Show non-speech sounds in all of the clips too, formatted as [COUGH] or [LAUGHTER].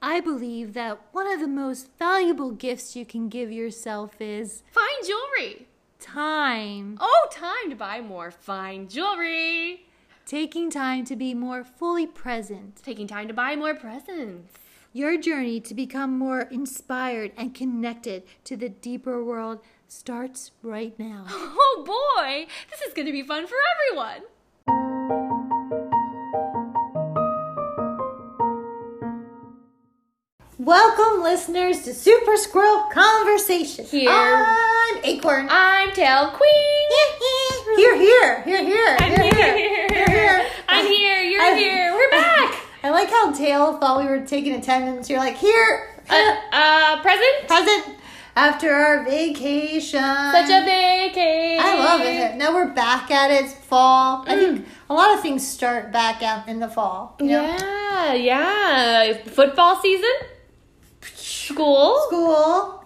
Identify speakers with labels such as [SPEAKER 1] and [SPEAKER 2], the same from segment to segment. [SPEAKER 1] I believe that one of the most valuable gifts you can give yourself is
[SPEAKER 2] Fine jewelry.
[SPEAKER 1] time.
[SPEAKER 2] Oh, time to buy more fine jewelry.
[SPEAKER 1] Taking time to be more fully present.
[SPEAKER 2] Taking time to buy more presents. [LAUGHS]
[SPEAKER 1] Your journey to become more inspired and connected to the deeper world starts right now. [GASPS]
[SPEAKER 2] Oh boy, this is going to be fun for everyone.
[SPEAKER 1] Welcome, listeners, to Super Squirrel Conversation.
[SPEAKER 2] Here.
[SPEAKER 1] I'm Acorn.
[SPEAKER 2] I'm Tail Queen.
[SPEAKER 1] [LAUGHS] Here, here, here, here.
[SPEAKER 2] I'm
[SPEAKER 1] here,
[SPEAKER 2] here. [LAUGHS]
[SPEAKER 1] You're here.
[SPEAKER 2] I'm here. You're
[SPEAKER 1] I'm-
[SPEAKER 2] here. We're back.
[SPEAKER 1] [LAUGHS] I like how Dale thought we were taking attendance. You're like, here,
[SPEAKER 2] [LAUGHS] Uh, uh, present?
[SPEAKER 1] present after our vacation.
[SPEAKER 2] Such a vacation. Mm.
[SPEAKER 1] I love it. Now we're back at it. It's fall. I think a lot of things start back out in the fall. you know?
[SPEAKER 2] Yeah, yeah. Football season. School.
[SPEAKER 1] School,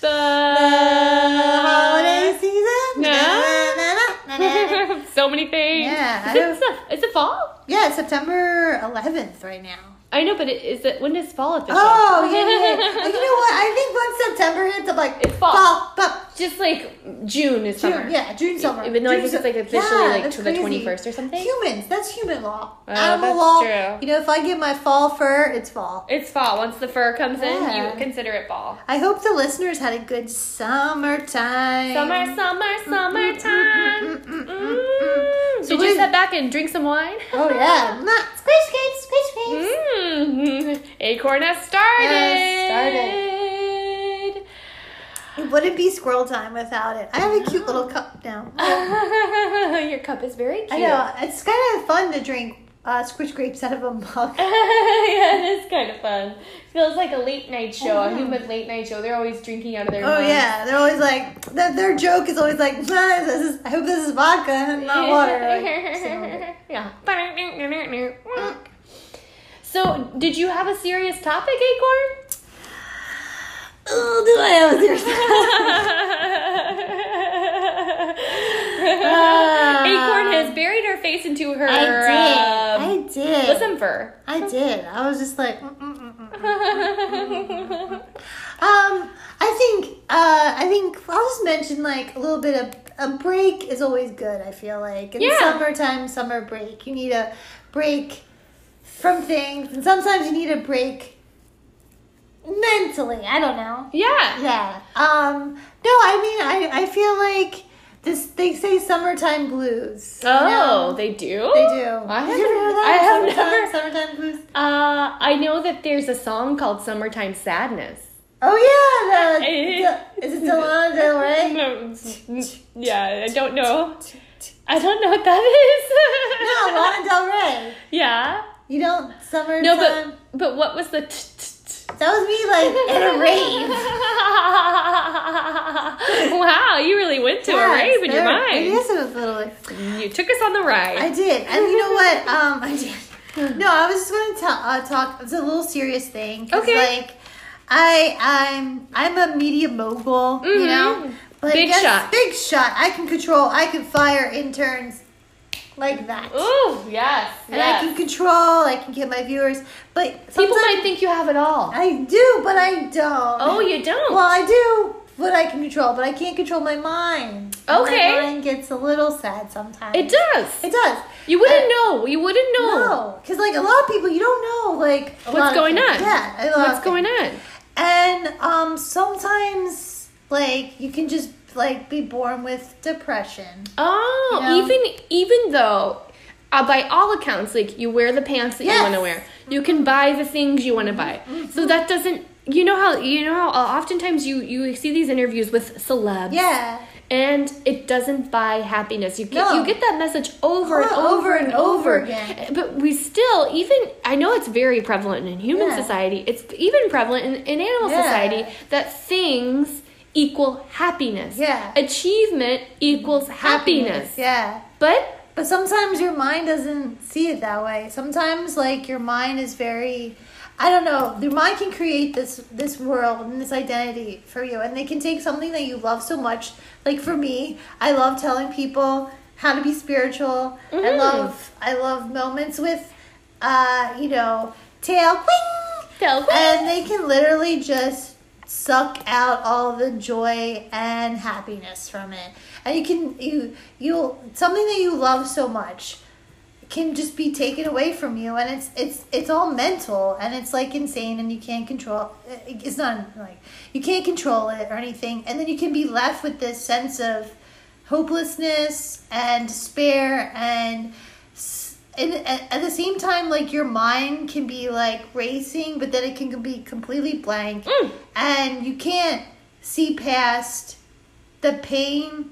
[SPEAKER 2] The
[SPEAKER 1] the
[SPEAKER 2] Uh-huh.
[SPEAKER 1] holiday season.
[SPEAKER 2] no.
[SPEAKER 1] na, na, na, na, na, na.
[SPEAKER 2] [LAUGHS] so many things.
[SPEAKER 1] Yeah, I
[SPEAKER 2] It's,
[SPEAKER 1] don't-
[SPEAKER 2] a, it's a fall.
[SPEAKER 1] yeah, it's September 11th right now.
[SPEAKER 2] I know, but it, is it when is fall official?
[SPEAKER 1] Oh, yeah, yeah, yeah. you know what? I think once September hits, I'm like,
[SPEAKER 2] It's fall.
[SPEAKER 1] fall, fall.
[SPEAKER 2] [LAUGHS] Just like June is
[SPEAKER 1] June,
[SPEAKER 2] summer. E-,
[SPEAKER 1] yeah, June summer.
[SPEAKER 2] even though I
[SPEAKER 1] June
[SPEAKER 2] think it's,
[SPEAKER 1] sum-
[SPEAKER 2] like, officially, like,
[SPEAKER 1] that's
[SPEAKER 2] to the
[SPEAKER 1] crazy.
[SPEAKER 2] 21st or something.
[SPEAKER 1] Humans, that's human law.
[SPEAKER 2] Oh,
[SPEAKER 1] Animal
[SPEAKER 2] that's
[SPEAKER 1] law.
[SPEAKER 2] true.
[SPEAKER 1] You know, if I get my fall fur, it's fall.
[SPEAKER 2] It's fall. Once the fur comes
[SPEAKER 1] Yeah.
[SPEAKER 2] in, you consider it fall.
[SPEAKER 1] I hope the listeners had a good summertime.
[SPEAKER 2] Summer, summer, summertime. Mm.
[SPEAKER 1] So
[SPEAKER 2] Did
[SPEAKER 1] what
[SPEAKER 2] you
[SPEAKER 1] is-
[SPEAKER 2] sit back and drink some wine?
[SPEAKER 1] Oh yeah, Ma, squish cakes, squish cakes.
[SPEAKER 2] Mm. Acorn has started.
[SPEAKER 1] Has
[SPEAKER 2] started. Hmm?
[SPEAKER 1] It wouldn't be squirrel time without it. I have
[SPEAKER 2] Mm-hmm.
[SPEAKER 1] a cute little cup now.
[SPEAKER 2] [LAUGHS] Your cup is very cute.
[SPEAKER 1] I know it's kind of fun to drink uh, squish grapes out of a mug.
[SPEAKER 2] [LAUGHS] Oh, yeah, it is kind of fun. Feels like a late night show. A human late night show. They're always drinking out of their.
[SPEAKER 1] [LAUGHS] Oh
[SPEAKER 2] mugs.
[SPEAKER 1] yeah, they're always like their, their joke is always like, "Ma, this is, I hope this is vodka and
[SPEAKER 2] [LAUGHS]
[SPEAKER 1] not water. Like, so-
[SPEAKER 2] yeah. So, did you have a serious topic, Acorn? [LAUGHS]
[SPEAKER 1] oh, do I have a serious [LAUGHS]
[SPEAKER 2] Acorn has buried her face into her.
[SPEAKER 1] I did.
[SPEAKER 2] um,
[SPEAKER 1] I did.
[SPEAKER 2] Listen,
[SPEAKER 1] [LAUGHS]
[SPEAKER 2] fur.
[SPEAKER 1] I did. I was just like, mm, mm, mm, mm. um, I think, uh, I think I'll just mention like a little bit of a break is always good. I feel like in the
[SPEAKER 2] Yeah.
[SPEAKER 1] summertime, summer break, you need a break from things, and sometimes you need a break mentally. I don't know.
[SPEAKER 2] yeah.
[SPEAKER 1] Yeah. Um. No, I mean, I I feel like this. They say summertime blues. you
[SPEAKER 2] Oh,
[SPEAKER 1] know?
[SPEAKER 2] they do.
[SPEAKER 1] They do.
[SPEAKER 2] I
[SPEAKER 1] Did you ever hear
[SPEAKER 2] haven't.
[SPEAKER 1] that?
[SPEAKER 2] I have
[SPEAKER 1] summertime,
[SPEAKER 2] never.
[SPEAKER 1] Summertime blues.
[SPEAKER 2] Uh, I know that there's a song called "Summertime Sadness."
[SPEAKER 1] Oh yeah,
[SPEAKER 2] [LAUGHS]
[SPEAKER 1] the,
[SPEAKER 2] Eh.
[SPEAKER 1] the- is it Delana Del Rey? No,
[SPEAKER 2] No, Mm, yeah, I don't know. I don't know what that
[SPEAKER 1] Lana Del Rey.
[SPEAKER 2] is. [LAUGHS] yeah.
[SPEAKER 1] You don't summertime.
[SPEAKER 2] No, but but what was the? T- t- t-
[SPEAKER 1] that was me like
[SPEAKER 2] [LAUGHS]
[SPEAKER 1] at a rave.
[SPEAKER 2] wow, you really went to a rave in your
[SPEAKER 1] I
[SPEAKER 2] mind.
[SPEAKER 1] guess it was a little. Like,
[SPEAKER 2] You took us on the ride.
[SPEAKER 1] I did, and you know what? Um, I did. No, I was just going to tell, uh, talk. It's a little serious thing. 'cause,
[SPEAKER 2] Okay.
[SPEAKER 1] Like, I I'm I'm a media mogul. You know,
[SPEAKER 2] Mhm.
[SPEAKER 1] but
[SPEAKER 2] Big
[SPEAKER 1] yes,
[SPEAKER 2] shot.
[SPEAKER 1] Big shot. I can control. I can fire interns like that.
[SPEAKER 2] Ooh, yes,
[SPEAKER 1] and I can control. I can get my viewers, but
[SPEAKER 2] People
[SPEAKER 1] sometimes
[SPEAKER 2] might think you have it all.
[SPEAKER 1] I do, but I don't.
[SPEAKER 2] Oh, you don't.
[SPEAKER 1] well, I do what I can control, but I can't control my mind. And
[SPEAKER 2] Okay.
[SPEAKER 1] my mind gets a little sad sometimes.
[SPEAKER 2] it does.
[SPEAKER 1] It does.
[SPEAKER 2] You wouldn't know. You wouldn't know
[SPEAKER 1] No, because like a lot of people, you don't know like a
[SPEAKER 2] What's
[SPEAKER 1] lot of
[SPEAKER 2] going
[SPEAKER 1] things.
[SPEAKER 2] on?
[SPEAKER 1] Yeah,
[SPEAKER 2] what's going on.
[SPEAKER 1] And um, sometimes like you can just like be born with depression.
[SPEAKER 2] Oh,
[SPEAKER 1] You know?
[SPEAKER 2] even even though, uh, by all accounts, like you wear the pants that
[SPEAKER 1] Yes.
[SPEAKER 2] you want to wear, you can buy the things you want to buy. So that doesn't. You know how you know how uh, oftentimes you you see these interviews with celebs,
[SPEAKER 1] Yeah,
[SPEAKER 2] and it doesn't buy happiness. You get
[SPEAKER 1] No.
[SPEAKER 2] you get that message over and
[SPEAKER 1] Oh,
[SPEAKER 2] over and over
[SPEAKER 1] again.
[SPEAKER 2] But we still even I know it's very prevalent in human
[SPEAKER 1] Yeah.
[SPEAKER 2] society. It's even prevalent in, in animal
[SPEAKER 1] Yeah.
[SPEAKER 2] society that things equal happiness.
[SPEAKER 1] Yeah.
[SPEAKER 2] Achievement equals happiness.
[SPEAKER 1] Yeah.
[SPEAKER 2] But
[SPEAKER 1] But sometimes your mind doesn't see it that way. Sometimes like your mind is very I don't know, your mind can create this this world and this identity for you and they can take something that you love so much. Like for me, I love telling people how to be spiritual. I
[SPEAKER 2] Mm.
[SPEAKER 1] love I love moments with uh, you know, tail quing
[SPEAKER 2] Tell me.
[SPEAKER 1] and they can literally just suck out all the joy and happiness from it and you can you you'll something that you love so much can just be taken away from you and it's it's it's all mental and it's like insane and you can't control it's not like you can't control it or anything and then you can be left with this sense of hopelessness and despair and s- and at at the same time like your mind can be like racing but then it can be completely blank and you can't see past the pain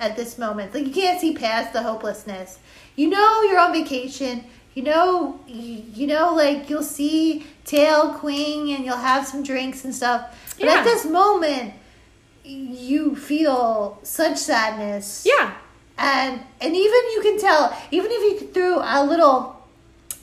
[SPEAKER 1] at this moment like you can't see past the hopelessness you know you're on vacation you know you, you know like you'll see tail queen and you'll have some drinks and stuff but
[SPEAKER 2] Yeah.
[SPEAKER 1] at this moment you feel such sadness
[SPEAKER 2] Yeah.
[SPEAKER 1] and and even you can tell even if you threw a little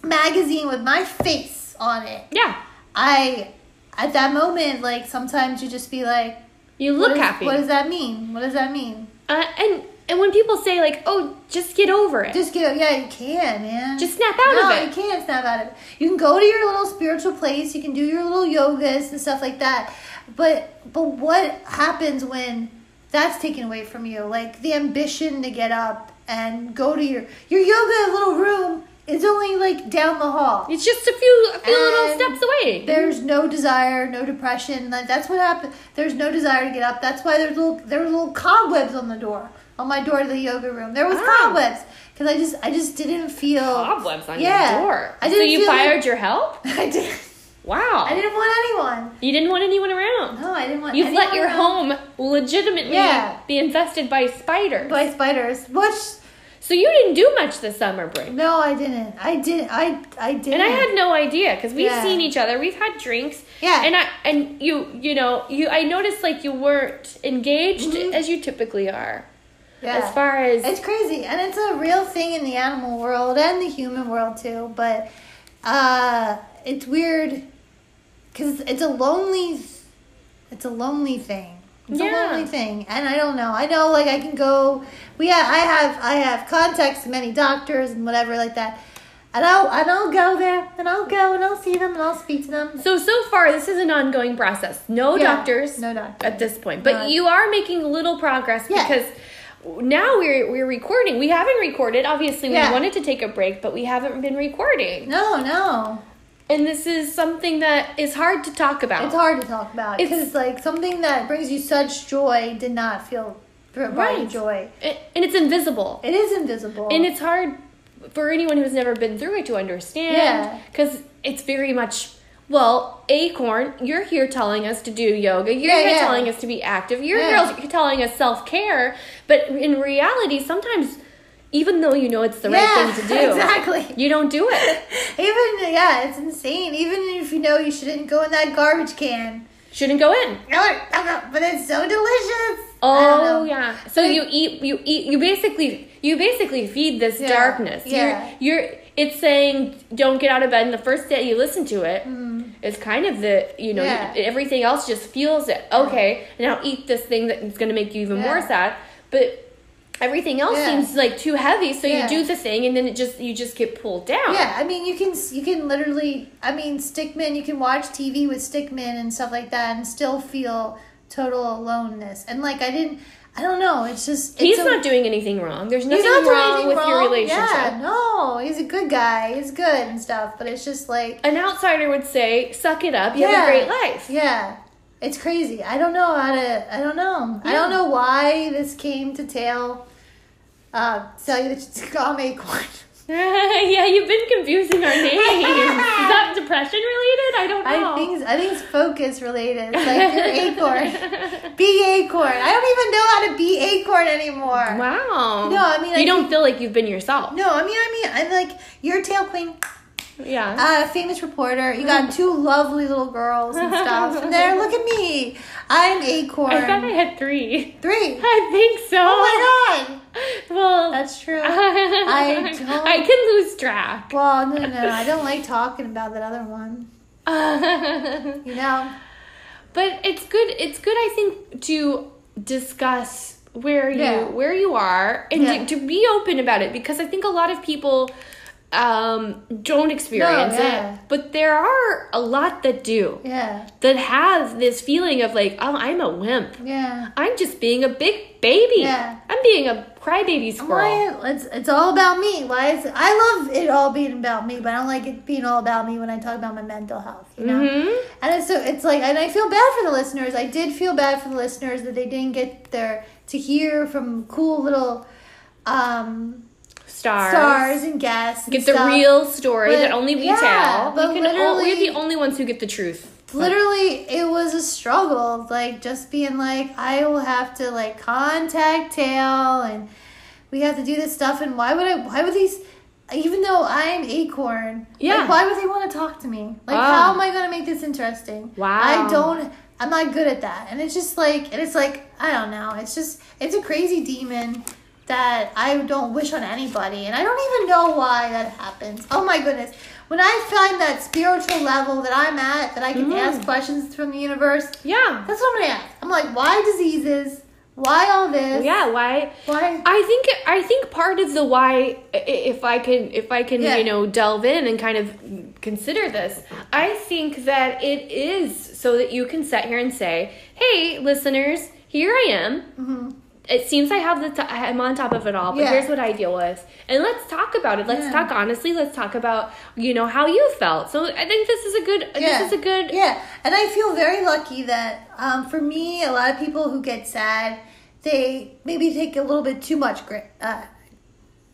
[SPEAKER 1] magazine with my face on it
[SPEAKER 2] Yeah.
[SPEAKER 1] i at that moment like sometimes you just be like
[SPEAKER 2] You
[SPEAKER 1] what
[SPEAKER 2] look
[SPEAKER 1] is-
[SPEAKER 2] happy.
[SPEAKER 1] what does that mean what does that mean
[SPEAKER 2] uh, and and when people say like, "Oh, just get over it," just,
[SPEAKER 1] just get yeah you can man
[SPEAKER 2] snap out
[SPEAKER 1] no,
[SPEAKER 2] of it.
[SPEAKER 1] you can't snap out of it. You can go to your little spiritual place. You can do your little yogas and stuff like that. But but what happens when that's taken away from you? Like the ambition to get up and go to your your yoga little room is only like down the hall.
[SPEAKER 2] It's just a few a few little
[SPEAKER 1] And
[SPEAKER 2] steps away.
[SPEAKER 1] There's no desire, no depression. Like, That's what happened. There's no desire to get up. That's why there's little there were little cobwebs on the door on my door to the yoga room. There was
[SPEAKER 2] Ah.
[SPEAKER 1] cobwebs because I just I just didn't feel
[SPEAKER 2] Cobwebs on
[SPEAKER 1] Yeah.
[SPEAKER 2] your door.
[SPEAKER 1] I
[SPEAKER 2] so
[SPEAKER 1] didn't
[SPEAKER 2] you
[SPEAKER 1] feel like-
[SPEAKER 2] fired your help?
[SPEAKER 1] [LAUGHS] I did.
[SPEAKER 2] Wow.
[SPEAKER 1] I didn't want anyone.
[SPEAKER 2] you didn't want anyone around.
[SPEAKER 1] No, I didn't want.
[SPEAKER 2] You've let
[SPEAKER 1] anyone
[SPEAKER 2] your
[SPEAKER 1] around
[SPEAKER 2] home legitimately
[SPEAKER 1] Yeah.
[SPEAKER 2] be infested by spiders.
[SPEAKER 1] by spiders. Which
[SPEAKER 2] so you didn't do much this summer break.
[SPEAKER 1] no, I didn't. I did. I I did.
[SPEAKER 2] And I had no idea because we've
[SPEAKER 1] Yeah.
[SPEAKER 2] seen each other, we've had drinks,
[SPEAKER 1] Yeah.
[SPEAKER 2] And I and you you know you I noticed like you weren't engaged as you typically are
[SPEAKER 1] Mm-hmm. yeah.
[SPEAKER 2] as far as
[SPEAKER 1] It's crazy, and it's a real thing in the animal world and the human world too. But uh, it's weird because it's a lonely, it's a lonely thing. It's a
[SPEAKER 2] Yeah.
[SPEAKER 1] lonely thing, and I don't know. I know, like I can go. We, ha- I have, I have contacts to many doctors and whatever like that, and I'll, and I'll go there, and I'll go, and I'll see them, and I'll speak to them.
[SPEAKER 2] so so far this is an ongoing process. No
[SPEAKER 1] Yeah,
[SPEAKER 2] doctors,
[SPEAKER 1] no doctors.
[SPEAKER 2] at this point, but
[SPEAKER 1] No.
[SPEAKER 2] you are making little progress
[SPEAKER 1] Yeah.
[SPEAKER 2] because now we're we're recording. We haven't recorded. Obviously, we
[SPEAKER 1] Yeah.
[SPEAKER 2] wanted to take a break, but we haven't been recording.
[SPEAKER 1] No, no.
[SPEAKER 2] And this is something that is hard to talk about.
[SPEAKER 1] It's hard to talk about
[SPEAKER 2] It's-
[SPEAKER 1] because like something that brings you such joy did not feel provide
[SPEAKER 2] Right.
[SPEAKER 1] joy.
[SPEAKER 2] A- and it's invisible.
[SPEAKER 1] It is invisible.
[SPEAKER 2] and it's hard for anyone who's never been through it to understand
[SPEAKER 1] Yeah.
[SPEAKER 2] because it's very much well acorn you're here telling us to do yoga you're
[SPEAKER 1] Yeah,
[SPEAKER 2] here
[SPEAKER 1] yeah.
[SPEAKER 2] telling us to be active you're
[SPEAKER 1] Yeah.
[SPEAKER 2] here telling us self-care but in reality sometimes even though you know it's the right thing to do
[SPEAKER 1] [LAUGHS] Exactly.
[SPEAKER 2] you don't do it
[SPEAKER 1] Even yeah, it's insane. Even if you know you shouldn't go in that garbage can.
[SPEAKER 2] shouldn't go in
[SPEAKER 1] But it's so delicious. I don't
[SPEAKER 2] oh
[SPEAKER 1] know.
[SPEAKER 2] yeah so
[SPEAKER 1] But-
[SPEAKER 2] you eat you eat you basically you basically feed this
[SPEAKER 1] Yeah,
[SPEAKER 2] darkness
[SPEAKER 1] yeah.
[SPEAKER 2] you're you're it's saying don't get out of bed and the first day you listen to it it's kind of the you know
[SPEAKER 1] Mm-hmm. Yeah.
[SPEAKER 2] you- everything else just feels it okay now eat this thing that's going to make you even more
[SPEAKER 1] Yeah.
[SPEAKER 2] sad but everything else
[SPEAKER 1] Yeah.
[SPEAKER 2] seems like too heavy so you
[SPEAKER 1] Yeah.
[SPEAKER 2] do the thing and then it just you just get pulled down
[SPEAKER 1] Yeah, I mean you can you can literally I mean Stickman you can watch TV with Stickman and stuff like that and still feel total aloneness and like I didn't I don't know it's just it's
[SPEAKER 2] he's
[SPEAKER 1] a-
[SPEAKER 2] not doing anything wrong there's nothing
[SPEAKER 1] He's not doing
[SPEAKER 2] wrong
[SPEAKER 1] anything
[SPEAKER 2] with your relationship
[SPEAKER 1] Yeah, no, he's a good guy. He's good and stuff, but it's just like,
[SPEAKER 2] an outsider would say suck it up you
[SPEAKER 1] Yeah.
[SPEAKER 2] have a great life
[SPEAKER 1] yeah, it's crazy. I don't know how to. I don't know. I don't know why this came to tail. Uh, tell you that [LAUGHS] you call me corn.
[SPEAKER 2] [LAUGHS] yeah, you've been confusing our names. Is that depression related? I don't know.
[SPEAKER 1] I think I think it's focus
[SPEAKER 2] [LAUGHS]
[SPEAKER 1] related. It's like you're acorn, be acorn. I don't even know how to be acorn anymore.
[SPEAKER 2] Wow.
[SPEAKER 1] No, I mean,
[SPEAKER 2] you
[SPEAKER 1] I
[SPEAKER 2] don't feel like you've been yourself.
[SPEAKER 1] No, I mean, I mean, I'm like you're tail queen.
[SPEAKER 2] Yeah.
[SPEAKER 1] uh, famous reporter. You got two lovely little girls and stuff. And there, look at me. I'm Acorn.
[SPEAKER 2] I thought I had three. [LAUGHS]
[SPEAKER 1] Three.
[SPEAKER 2] I think so.
[SPEAKER 1] Oh my god.
[SPEAKER 2] Well, [LAUGHS]
[SPEAKER 1] That's true.
[SPEAKER 2] I
[SPEAKER 1] don't-
[SPEAKER 2] I can lose track. [LAUGHS]
[SPEAKER 1] Well, no, no, no. I don't like talking about that other one. You know?
[SPEAKER 2] but it's good. It's good. I think to discuss where you
[SPEAKER 1] Yeah.
[SPEAKER 2] where you are and
[SPEAKER 1] Yeah.
[SPEAKER 2] to, to be open about it because I think a lot of people um, don't experience
[SPEAKER 1] yeah.
[SPEAKER 2] it. But there are a lot that do
[SPEAKER 1] Yeah.
[SPEAKER 2] that have this feeling of like, oh, I'm a wimp.
[SPEAKER 1] Yeah.
[SPEAKER 2] I'm just being a big baby.
[SPEAKER 1] Yeah. Oh,
[SPEAKER 2] I'm being a crybaby squirrel.
[SPEAKER 1] Why it's it's all about me. Why is I love it all being about me, but I don't like it being all about me when I talk about my mental health, you know?
[SPEAKER 2] Mhm.
[SPEAKER 1] And it's so it's like, and I feel bad for the listeners. I did feel bad for the listeners that they didn't get their to hear from cool little um,
[SPEAKER 2] Stars.
[SPEAKER 1] stars and guests. and
[SPEAKER 2] Get the
[SPEAKER 1] stuff.
[SPEAKER 2] real story
[SPEAKER 1] But-
[SPEAKER 2] that only we
[SPEAKER 1] yeah,
[SPEAKER 2] tell.
[SPEAKER 1] but
[SPEAKER 2] we can all, we're
[SPEAKER 1] literally-
[SPEAKER 2] the only ones who get the truth.
[SPEAKER 1] Literally, it was a struggle. Like just being like, I will have to like contact Tail, and we have to do this stuff. And why would I? Why would these? Even though I'm Acorn,
[SPEAKER 2] Yeah.
[SPEAKER 1] Like, why would they want to talk to me? Like,
[SPEAKER 2] Wow.
[SPEAKER 1] how am I going to make this interesting?
[SPEAKER 2] Wow.
[SPEAKER 1] I don't. I'm not good at that. And it's just like, and it's like, I don't know. It's just, it's a crazy demon that I don't wish on anybody. And I don't even know why that happens. Oh my goodness. When I find that spiritual level that I'm at, that I can ask questions from the universe,
[SPEAKER 2] Yeah.
[SPEAKER 1] that's what I'm going to ask. I'm like, why diseases? Why all this?
[SPEAKER 2] Yeah, why?
[SPEAKER 1] Why?
[SPEAKER 2] I think I think part of the why, i- if I can, if I can,
[SPEAKER 1] Yeah.
[SPEAKER 2] you know, delve in and kind of consider this, I think that it is so that you can sit here and say, "Hey, listeners, here I am. It seems I have the t- I'm on top of it all,
[SPEAKER 1] Mm-hmm.
[SPEAKER 2] but
[SPEAKER 1] Yeah.
[SPEAKER 2] here's what I deal with, and let's talk about it. Let's
[SPEAKER 1] Yeah.
[SPEAKER 2] talk honestly. Let's talk about you know how you felt. So I think this is a good. This is a good.
[SPEAKER 1] Yeah, and I feel very lucky that um, for me, a lot of people who get sad, they maybe take a little bit too much gra- uh,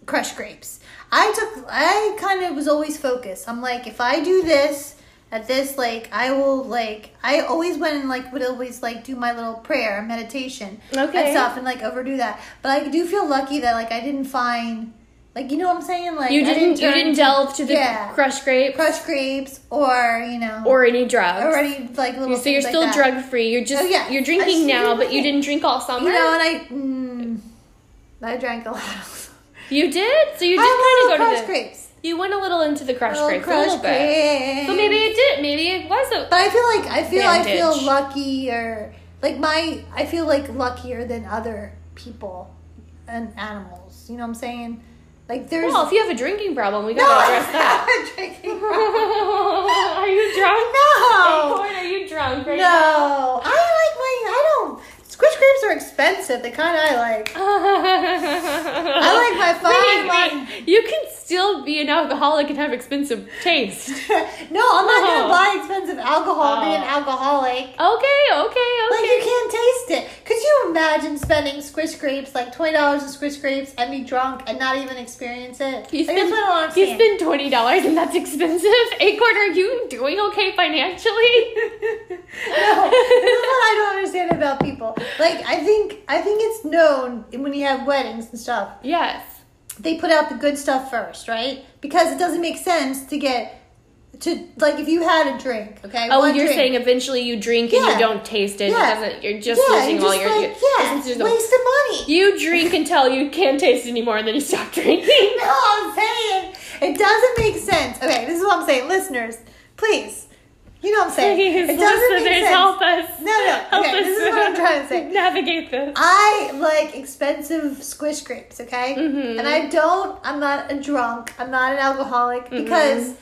[SPEAKER 1] crushed grapes. I took, I kind of was always focused. I'm like, if I do this at this, like, I will, like, I always went and, like, would always, like, do my little prayer and meditation and
[SPEAKER 2] Okay.
[SPEAKER 1] stuff and, like, overdo that. But I do feel lucky that, like, I didn't find, like, you know what I'm saying? Like,
[SPEAKER 2] You
[SPEAKER 1] I
[SPEAKER 2] didn't. you
[SPEAKER 1] turn
[SPEAKER 2] didn't delve to the
[SPEAKER 1] Yeah.
[SPEAKER 2] crush grape
[SPEAKER 1] crushed grapes or, you know,
[SPEAKER 2] or any drugs.
[SPEAKER 1] already like little.
[SPEAKER 2] So you're
[SPEAKER 1] things like
[SPEAKER 2] still
[SPEAKER 1] that.
[SPEAKER 2] drug free. You're just
[SPEAKER 1] Oh, yeah.
[SPEAKER 2] you're
[SPEAKER 1] I just
[SPEAKER 2] drinking now,
[SPEAKER 1] didn't
[SPEAKER 2] but you
[SPEAKER 1] drink.
[SPEAKER 2] didn't drink all summer.
[SPEAKER 1] You know, and I, mm, I drank a lot. of
[SPEAKER 2] You did, so you did
[SPEAKER 1] I
[SPEAKER 2] kind
[SPEAKER 1] had
[SPEAKER 2] of
[SPEAKER 1] a
[SPEAKER 2] go
[SPEAKER 1] little crushed
[SPEAKER 2] to the.
[SPEAKER 1] grapes.
[SPEAKER 2] You went a little into the crush
[SPEAKER 1] Little
[SPEAKER 2] grape, a
[SPEAKER 1] crushed
[SPEAKER 2] little bit.
[SPEAKER 1] grapes.
[SPEAKER 2] So maybe it did. Maybe it wasn't.
[SPEAKER 1] But I feel like I feel I feel
[SPEAKER 2] Bandage.
[SPEAKER 1] lucky or like my I feel like luckier than other people and animals. You know what I'm saying? Like there's
[SPEAKER 2] Well, if
[SPEAKER 1] [LAUGHS]
[SPEAKER 2] you have a drinking problem, we
[SPEAKER 1] no
[SPEAKER 2] gotta
[SPEAKER 1] [LAUGHS]
[SPEAKER 2] address that. [LAUGHS]
[SPEAKER 1] drinking.
[SPEAKER 2] are you drunk?
[SPEAKER 1] No.
[SPEAKER 2] Acorn, are you drunk right
[SPEAKER 1] No, I like my. I don't. Squish grapes are expensive. The kind I like. [LAUGHS]
[SPEAKER 2] now? I
[SPEAKER 1] I like my
[SPEAKER 2] [LAUGHS]
[SPEAKER 1] fine wine.
[SPEAKER 2] You can still be an alcoholic and have expensive taste. Okay,
[SPEAKER 1] no, I'm not gonna
[SPEAKER 2] Oh.
[SPEAKER 1] buy expensive alcohol. Be an
[SPEAKER 2] Oh.
[SPEAKER 1] alcoholic.
[SPEAKER 2] okay, okay.
[SPEAKER 1] Like you can't taste it. Could you imagine spending squish grapes like twenty dollars in squish grapes and be drunk and not even experience it?
[SPEAKER 2] You
[SPEAKER 1] like, that's
[SPEAKER 2] spend,
[SPEAKER 1] what I don't
[SPEAKER 2] you
[SPEAKER 1] understand.
[SPEAKER 2] spend twenty dollars and that's expensive. [LAUGHS] Acorn, are you doing okay financially?
[SPEAKER 1] [LAUGHS] [LAUGHS] no, this is what I don't understand about people. Like I think I think it's known when you have weddings and stuff.
[SPEAKER 2] [LAUGHS] yes.
[SPEAKER 1] they put out the good stuff first, right? Because it doesn't make sense to get to like if you had a drink, okay?
[SPEAKER 2] Oh,
[SPEAKER 1] one
[SPEAKER 2] you're
[SPEAKER 1] drink.
[SPEAKER 2] saying eventually you drink and
[SPEAKER 1] Yeah.
[SPEAKER 2] you don't taste it.
[SPEAKER 1] Yeah.
[SPEAKER 2] It doesn't. You're just
[SPEAKER 1] yeah,
[SPEAKER 2] losing
[SPEAKER 1] you're
[SPEAKER 2] all
[SPEAKER 1] just
[SPEAKER 2] your.
[SPEAKER 1] like, yeah,
[SPEAKER 2] this is
[SPEAKER 1] wasted
[SPEAKER 2] the-
[SPEAKER 1] money.
[SPEAKER 2] [LAUGHS] you drink until you can't taste anymore, and then you
[SPEAKER 1] [LAUGHS]
[SPEAKER 2] stop drinking.
[SPEAKER 1] No, I'm saying it doesn't make sense. Okay, this is what I'm saying, listeners. Please, you know what I'm saying.
[SPEAKER 2] [LAUGHS] Please,
[SPEAKER 1] it doesn't
[SPEAKER 2] listeners,
[SPEAKER 1] make sense.
[SPEAKER 2] help us.
[SPEAKER 1] No, no,
[SPEAKER 2] Help
[SPEAKER 1] okay, this is what I'm trying to say.
[SPEAKER 2] [LAUGHS] Navigate this.
[SPEAKER 1] I like expensive squish grapes, okay?
[SPEAKER 2] Mm-hmm.
[SPEAKER 1] And I don't, I'm not a drunk, I'm not an alcoholic
[SPEAKER 2] Mm-hmm.
[SPEAKER 1] because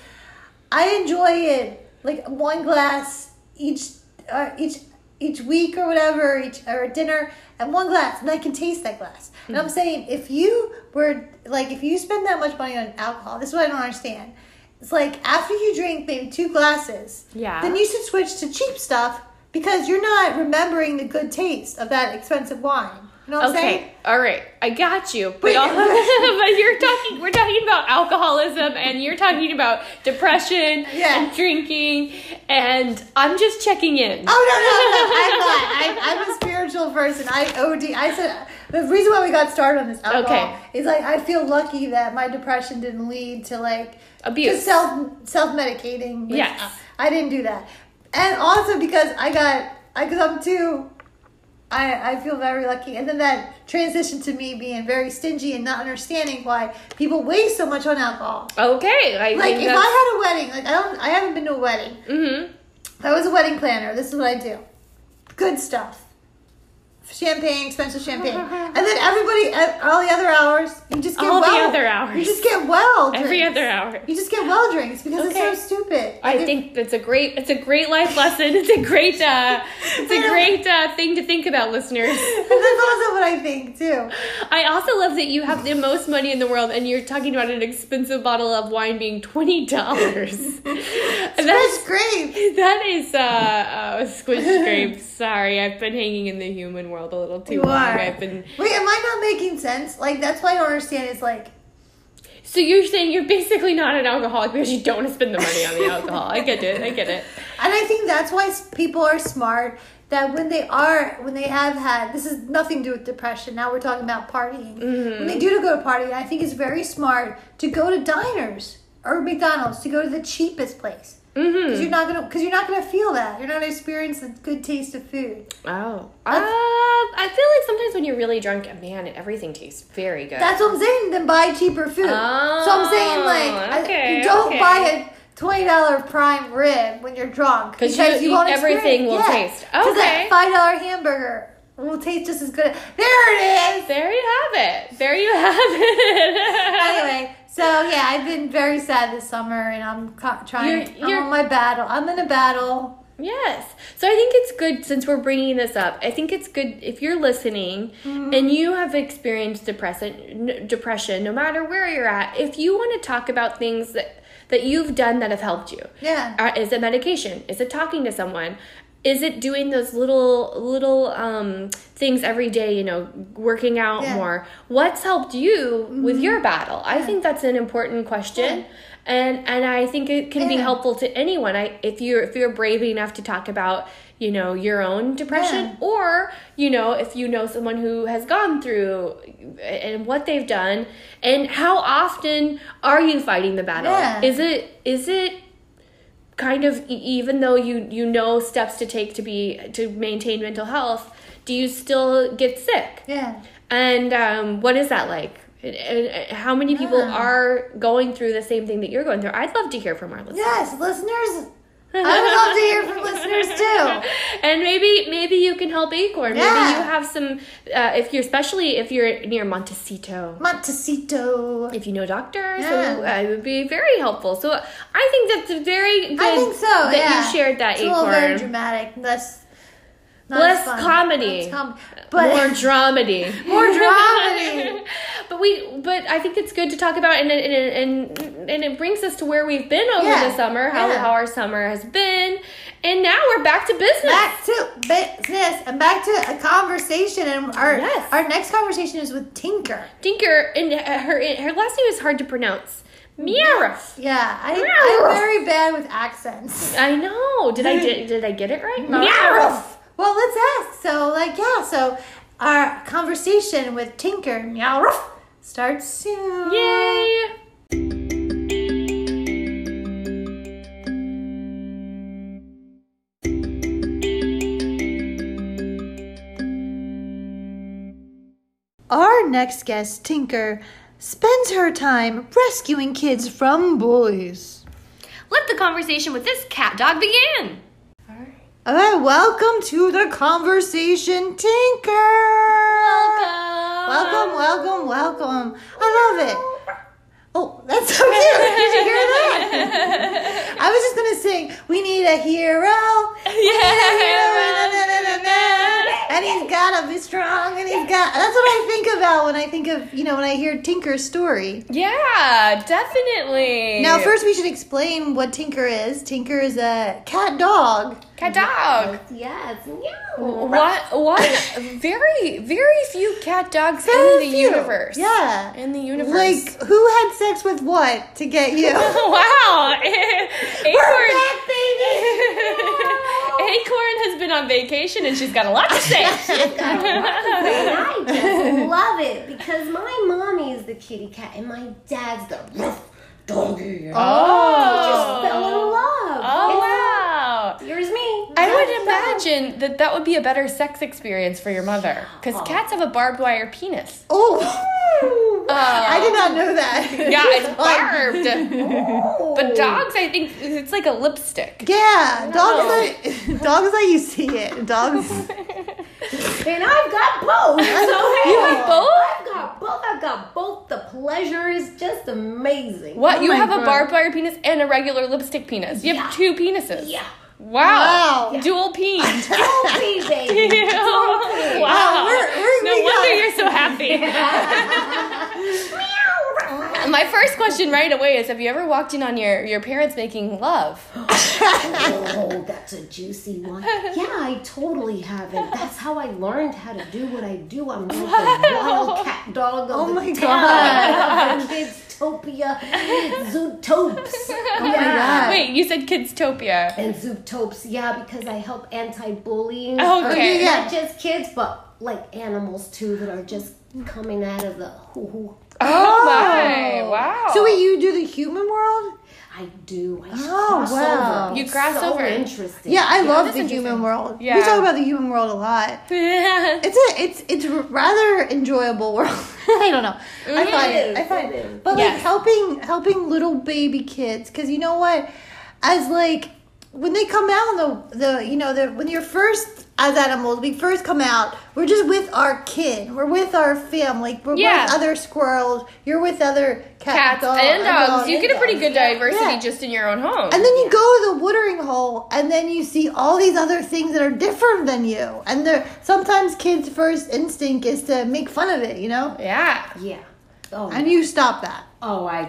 [SPEAKER 1] I enjoy it like one glass each uh, each each week or whatever, each or dinner and one glass and I can taste that glass. And
[SPEAKER 2] Mm-hmm.
[SPEAKER 1] I'm saying if you were like if you spend that much money on alcohol, this is what I don't understand. It's like after you drink maybe two glasses,
[SPEAKER 2] Yeah.
[SPEAKER 1] then you should switch to cheap stuff because you're not remembering the good taste of that expensive wine. You know what I'm saying?
[SPEAKER 2] Okay, all right, I got you. But,
[SPEAKER 1] Wait. [LAUGHS]
[SPEAKER 2] all- but you're talking, we're talking about alcoholism, and you're talking about depression
[SPEAKER 1] Yeah.
[SPEAKER 2] and drinking, and I'm just checking in.
[SPEAKER 1] Oh no no no! I'm not. I'm, I'm a spiritual person. I OD. I said the reason why we got started on this alcohol is like I feel lucky that my depression didn't lead to like to
[SPEAKER 2] Abuse.
[SPEAKER 1] self self medicating. with-
[SPEAKER 2] Yes.
[SPEAKER 1] I didn't do that, and also because I got I because I'm too. I, I feel very lucky. And then that transitioned to me being very stingy and not understanding why people waste so much on alcohol.
[SPEAKER 2] Okay, I
[SPEAKER 1] Oh, Like,
[SPEAKER 2] think
[SPEAKER 1] if
[SPEAKER 2] that's,
[SPEAKER 1] I had a wedding, like, I don't, I haven't been to a wedding.
[SPEAKER 2] hmm
[SPEAKER 1] If I was a wedding planner, this is what I do. Good stuff. champagne, expensive champagne, and then everybody at all the other hours you just get
[SPEAKER 2] All the
[SPEAKER 1] well.
[SPEAKER 2] other hours.
[SPEAKER 1] You just get well. Drinks.
[SPEAKER 2] Every other hour.
[SPEAKER 1] You just get well drinks because
[SPEAKER 2] Okay.
[SPEAKER 1] it's so stupid. Like,
[SPEAKER 2] I
[SPEAKER 1] [LAUGHS] if-
[SPEAKER 2] think that's a great it's a great life lesson. It's a great uh, it's
[SPEAKER 1] [LAUGHS]
[SPEAKER 2] a great uh, thing to think about, listeners.
[SPEAKER 1] that's also what I think too.
[SPEAKER 2] I also love that you have the most money in the world, and you're talking about an expensive bottle of wine being twenty
[SPEAKER 1] [LAUGHS]
[SPEAKER 2] dollars. that
[SPEAKER 1] Fresh grape.
[SPEAKER 2] [LAUGHS] that is uh, uh squish
[SPEAKER 1] [LAUGHS]
[SPEAKER 2] grape. Sorry, I've been hanging in the human world a little too
[SPEAKER 1] You
[SPEAKER 2] long.
[SPEAKER 1] are.
[SPEAKER 2] I've been
[SPEAKER 1] Wait, am I not making sense? Like that's why I don't understand. It's like
[SPEAKER 2] so you're saying you're basically not an alcoholic because you don't want to spend the
[SPEAKER 1] [LAUGHS]
[SPEAKER 2] money on the alcohol. I get it. I get it.
[SPEAKER 1] And I think that's why s- people are smart. That when they are, when they have had, this is nothing to do with depression. Now we're talking about partying. When they do to go to party, I think it's very smart to go to diners or McDonald's to go to the cheapest place because you're not gonna because you're not gonna feel that. You're not gonna experience the good taste of food.
[SPEAKER 2] Oh. Uh, I feel like sometimes when you're really drunk, man, everything tastes very good.
[SPEAKER 1] That's what I'm saying. Then buy cheaper food. so I'm saying like I-
[SPEAKER 2] Oh, okay,
[SPEAKER 1] you don't
[SPEAKER 2] okay.
[SPEAKER 1] buy a. Twenty dollar prime rib when you're drunk
[SPEAKER 2] 'Cause you- you- everything
[SPEAKER 1] experience-
[SPEAKER 2] will
[SPEAKER 1] yeah.
[SPEAKER 2] taste.
[SPEAKER 1] 'Cause
[SPEAKER 2] Okay.
[SPEAKER 1] that five dollar hamburger will taste just as good. There it is.
[SPEAKER 2] there you have it. There you have it.
[SPEAKER 1] Anyway, so yeah, I've been very sad this summer, and I'm co- trying.
[SPEAKER 2] You're- you're-
[SPEAKER 1] I'm on my battle. I'm in a battle.
[SPEAKER 2] Yes. So I think it's good since we're bringing this up. I think it's good if you're listening and you have experienced depression, n- depression, no matter where you're at. If you want to talk about things that that you've done that have helped you,
[SPEAKER 1] Yeah.
[SPEAKER 2] Uh, is it medication? Is it talking to someone? Is it doing those little little um, things every day? You know, working out
[SPEAKER 1] Yeah. Mm-hmm.
[SPEAKER 2] more. What's helped you with your battle? I think that's an important question, and and I think it can be
[SPEAKER 1] Yeah.
[SPEAKER 2] helpful to anyone. I if you're if you're brave enough to talk about you know your own depression
[SPEAKER 1] Yeah.
[SPEAKER 2] or you know if you know someone who has gone through and what they've done and how often are you fighting the battle
[SPEAKER 1] Yeah.
[SPEAKER 2] is it is it kind of e- even though you you know steps to take to be to maintain mental health do you still get sick
[SPEAKER 1] Yeah.
[SPEAKER 2] and um, what is that like and, and- and how many people
[SPEAKER 1] Yeah.
[SPEAKER 2] are going through the same thing that you're going through i'd love to hear from our listeners
[SPEAKER 1] Yes, listeners. I would love to hear from listeners too.
[SPEAKER 2] [LAUGHS] [LAUGHS] and maybe maybe you can help acorn maybe
[SPEAKER 1] Yeah.
[SPEAKER 2] you have some uh, if you're especially if you're near montecito
[SPEAKER 1] Montecito.
[SPEAKER 2] if you know doctors,
[SPEAKER 1] Yeah.
[SPEAKER 2] so uh, it would be very helpful. So I think that's very good.
[SPEAKER 1] I think so.
[SPEAKER 2] That
[SPEAKER 1] yeah.
[SPEAKER 2] you shared that
[SPEAKER 1] It's a little very
[SPEAKER 2] acorn.
[SPEAKER 1] dramatic. Less. not
[SPEAKER 2] Less
[SPEAKER 1] as fun.
[SPEAKER 2] comedy.
[SPEAKER 1] Less com- but [LAUGHS]
[SPEAKER 2] more dramedy.
[SPEAKER 1] More dramedy.
[SPEAKER 2] [LAUGHS] but we, but I think it's good to talk about, and it- and it- and and it brings us to where we've been over
[SPEAKER 1] Yeah.
[SPEAKER 2] the summer, how
[SPEAKER 1] Yeah.
[SPEAKER 2] how our summer has been, and now we're back to business.
[SPEAKER 1] back to business and back to a conversation. And our
[SPEAKER 2] Yes.
[SPEAKER 1] our next conversation is with Tinker.
[SPEAKER 2] Tinker and uh, her her last name is hard to pronounce. Miarif.
[SPEAKER 1] Yeah, I,
[SPEAKER 2] Meow.
[SPEAKER 1] I'm very bad with
[SPEAKER 2] [LAUGHS]
[SPEAKER 1] accents.
[SPEAKER 2] I know. Did I did, did I get it right? Miarif.
[SPEAKER 1] [LAUGHS] Well, let's ask. So, like, yeah. So, our conversation with Tinker Meowruff starts soon.
[SPEAKER 2] Yay!
[SPEAKER 1] Our next guest, Tinker, spends her time rescuing kids from bullies.
[SPEAKER 2] Let the conversation with this cat dog begin.
[SPEAKER 1] Uh, welcome to the conversation, Tinker. Welcome,
[SPEAKER 2] [LAUGHS]
[SPEAKER 1] welcome, welcome. I love it. Oh, that's so cute. Did you hear that? I was just going to sing, We Need a Hero. [LAUGHS]
[SPEAKER 2] [LAUGHS]
[SPEAKER 1] And he's got to be strong. And he's got. That's what I think about when I think of, you know, when I hear Tinker's story.
[SPEAKER 2] Yeah, definitely.
[SPEAKER 1] Now, first, we should explain what Tinker is. Tinker is a cat dog.
[SPEAKER 2] cat dog.
[SPEAKER 1] Yes.
[SPEAKER 2] What? What? very, very few cat dogs in the universe.
[SPEAKER 1] Yeah.
[SPEAKER 2] in the universe.
[SPEAKER 1] Like, who had sex with what to get [LAUGHS] you?
[SPEAKER 2] [LAUGHS] wow, Acorn.
[SPEAKER 1] back,
[SPEAKER 2] [LAUGHS] Acorn has been on vacation and she's got a lot to say. [LAUGHS]
[SPEAKER 3] and I just love it because my mommy is the kitty cat and my dad's the rough doggy. I
[SPEAKER 2] oh,
[SPEAKER 3] just fell in love.
[SPEAKER 2] oh wow.
[SPEAKER 3] And Here's me.
[SPEAKER 2] I would imagine that that would be a better sex experience for your mother, because cats have a barbed wire penis.
[SPEAKER 1] Oh,
[SPEAKER 2] Uh,
[SPEAKER 1] I did not know that.
[SPEAKER 2] Yeah,
[SPEAKER 1] [LAUGHS]
[SPEAKER 2] it's barbed.
[SPEAKER 3] Oh.
[SPEAKER 2] but dogs, I think it's like
[SPEAKER 1] [LAUGHS]
[SPEAKER 2] a lipstick. [LAUGHS]
[SPEAKER 1] Yeah, dogs. Like, dogs, like you see it. Dogs.
[SPEAKER 3] and I've got both. So
[SPEAKER 2] You have both?
[SPEAKER 3] I've got both. I've got both. The pleasure is just amazing.
[SPEAKER 2] What? you
[SPEAKER 1] Oh my
[SPEAKER 2] have a
[SPEAKER 1] God.
[SPEAKER 2] barbed wire penis and a regular lipstick penis. You have two penises.
[SPEAKER 3] Yeah.
[SPEAKER 2] Wow.
[SPEAKER 1] Wow.
[SPEAKER 2] [LAUGHS] Dual
[SPEAKER 1] [LAUGHS]
[SPEAKER 2] peen.
[SPEAKER 3] Don't
[SPEAKER 2] [LAUGHS]
[SPEAKER 3] be, baby.
[SPEAKER 2] wow.
[SPEAKER 1] [LAUGHS] Wow, Oh, we're- we're-
[SPEAKER 2] no
[SPEAKER 1] we
[SPEAKER 2] wonder
[SPEAKER 1] got-
[SPEAKER 2] you're so
[SPEAKER 1] [LAUGHS]
[SPEAKER 2] happy. My first question right away is: Have you ever walked in on your your parents
[SPEAKER 1] [LAUGHS]
[SPEAKER 2] making love?
[SPEAKER 3] Oh, that's a juicy one. Yeah, I totally have it. That's how I learned how to do what I do. I'm like the wild cat dog of
[SPEAKER 1] Oh
[SPEAKER 3] the
[SPEAKER 1] my
[SPEAKER 3] town.
[SPEAKER 1] God.
[SPEAKER 3] Of the kids, topia, zootopes.
[SPEAKER 1] Oh God.
[SPEAKER 2] Wait, you said Kidstopia.
[SPEAKER 3] And zootopes, yeah, because I help anti-bullying.
[SPEAKER 2] Oh, Okay.
[SPEAKER 1] yeah.
[SPEAKER 3] Not just kids, but like animals too that are just coming out of the hoo-hoo.
[SPEAKER 2] [LAUGHS] Oh my! Wow.
[SPEAKER 1] So wait, you do the human world?
[SPEAKER 3] I do. I
[SPEAKER 1] Oh,
[SPEAKER 3] cross
[SPEAKER 1] wow.
[SPEAKER 3] over.
[SPEAKER 2] You
[SPEAKER 3] It's
[SPEAKER 2] cross
[SPEAKER 3] so
[SPEAKER 2] over.
[SPEAKER 3] Interesting.
[SPEAKER 1] Yeah, I love
[SPEAKER 2] that's
[SPEAKER 1] the human
[SPEAKER 2] interesting.
[SPEAKER 1] world.
[SPEAKER 2] Yeah.
[SPEAKER 1] We talk about the human world a lot.
[SPEAKER 2] [LAUGHS]
[SPEAKER 1] It's a it's it's a rather enjoyable world. [LAUGHS] I don't know. I find it. I find
[SPEAKER 3] It is.
[SPEAKER 1] But like
[SPEAKER 2] Yes.
[SPEAKER 1] helping helping little baby kids because you know what, as like when they come out the the you know the when you're first as animals we first come out we're just with our kin we're with our family we're
[SPEAKER 2] Yeah.
[SPEAKER 1] with other squirrels you're with other cat,
[SPEAKER 2] Cats
[SPEAKER 1] dog-
[SPEAKER 2] and
[SPEAKER 1] dog
[SPEAKER 2] dogs. You
[SPEAKER 1] and
[SPEAKER 2] get a pretty
[SPEAKER 1] dogs.
[SPEAKER 2] good diversity
[SPEAKER 1] Yeah.
[SPEAKER 2] just in your own home.
[SPEAKER 1] And then you go to the watering hole, and then you see all these other things that are different than you. And they're sometimes kids' first instinct is to make fun of it, you know.
[SPEAKER 2] yeah.
[SPEAKER 3] Yeah. Oh,
[SPEAKER 1] And you stop that.
[SPEAKER 3] oh, I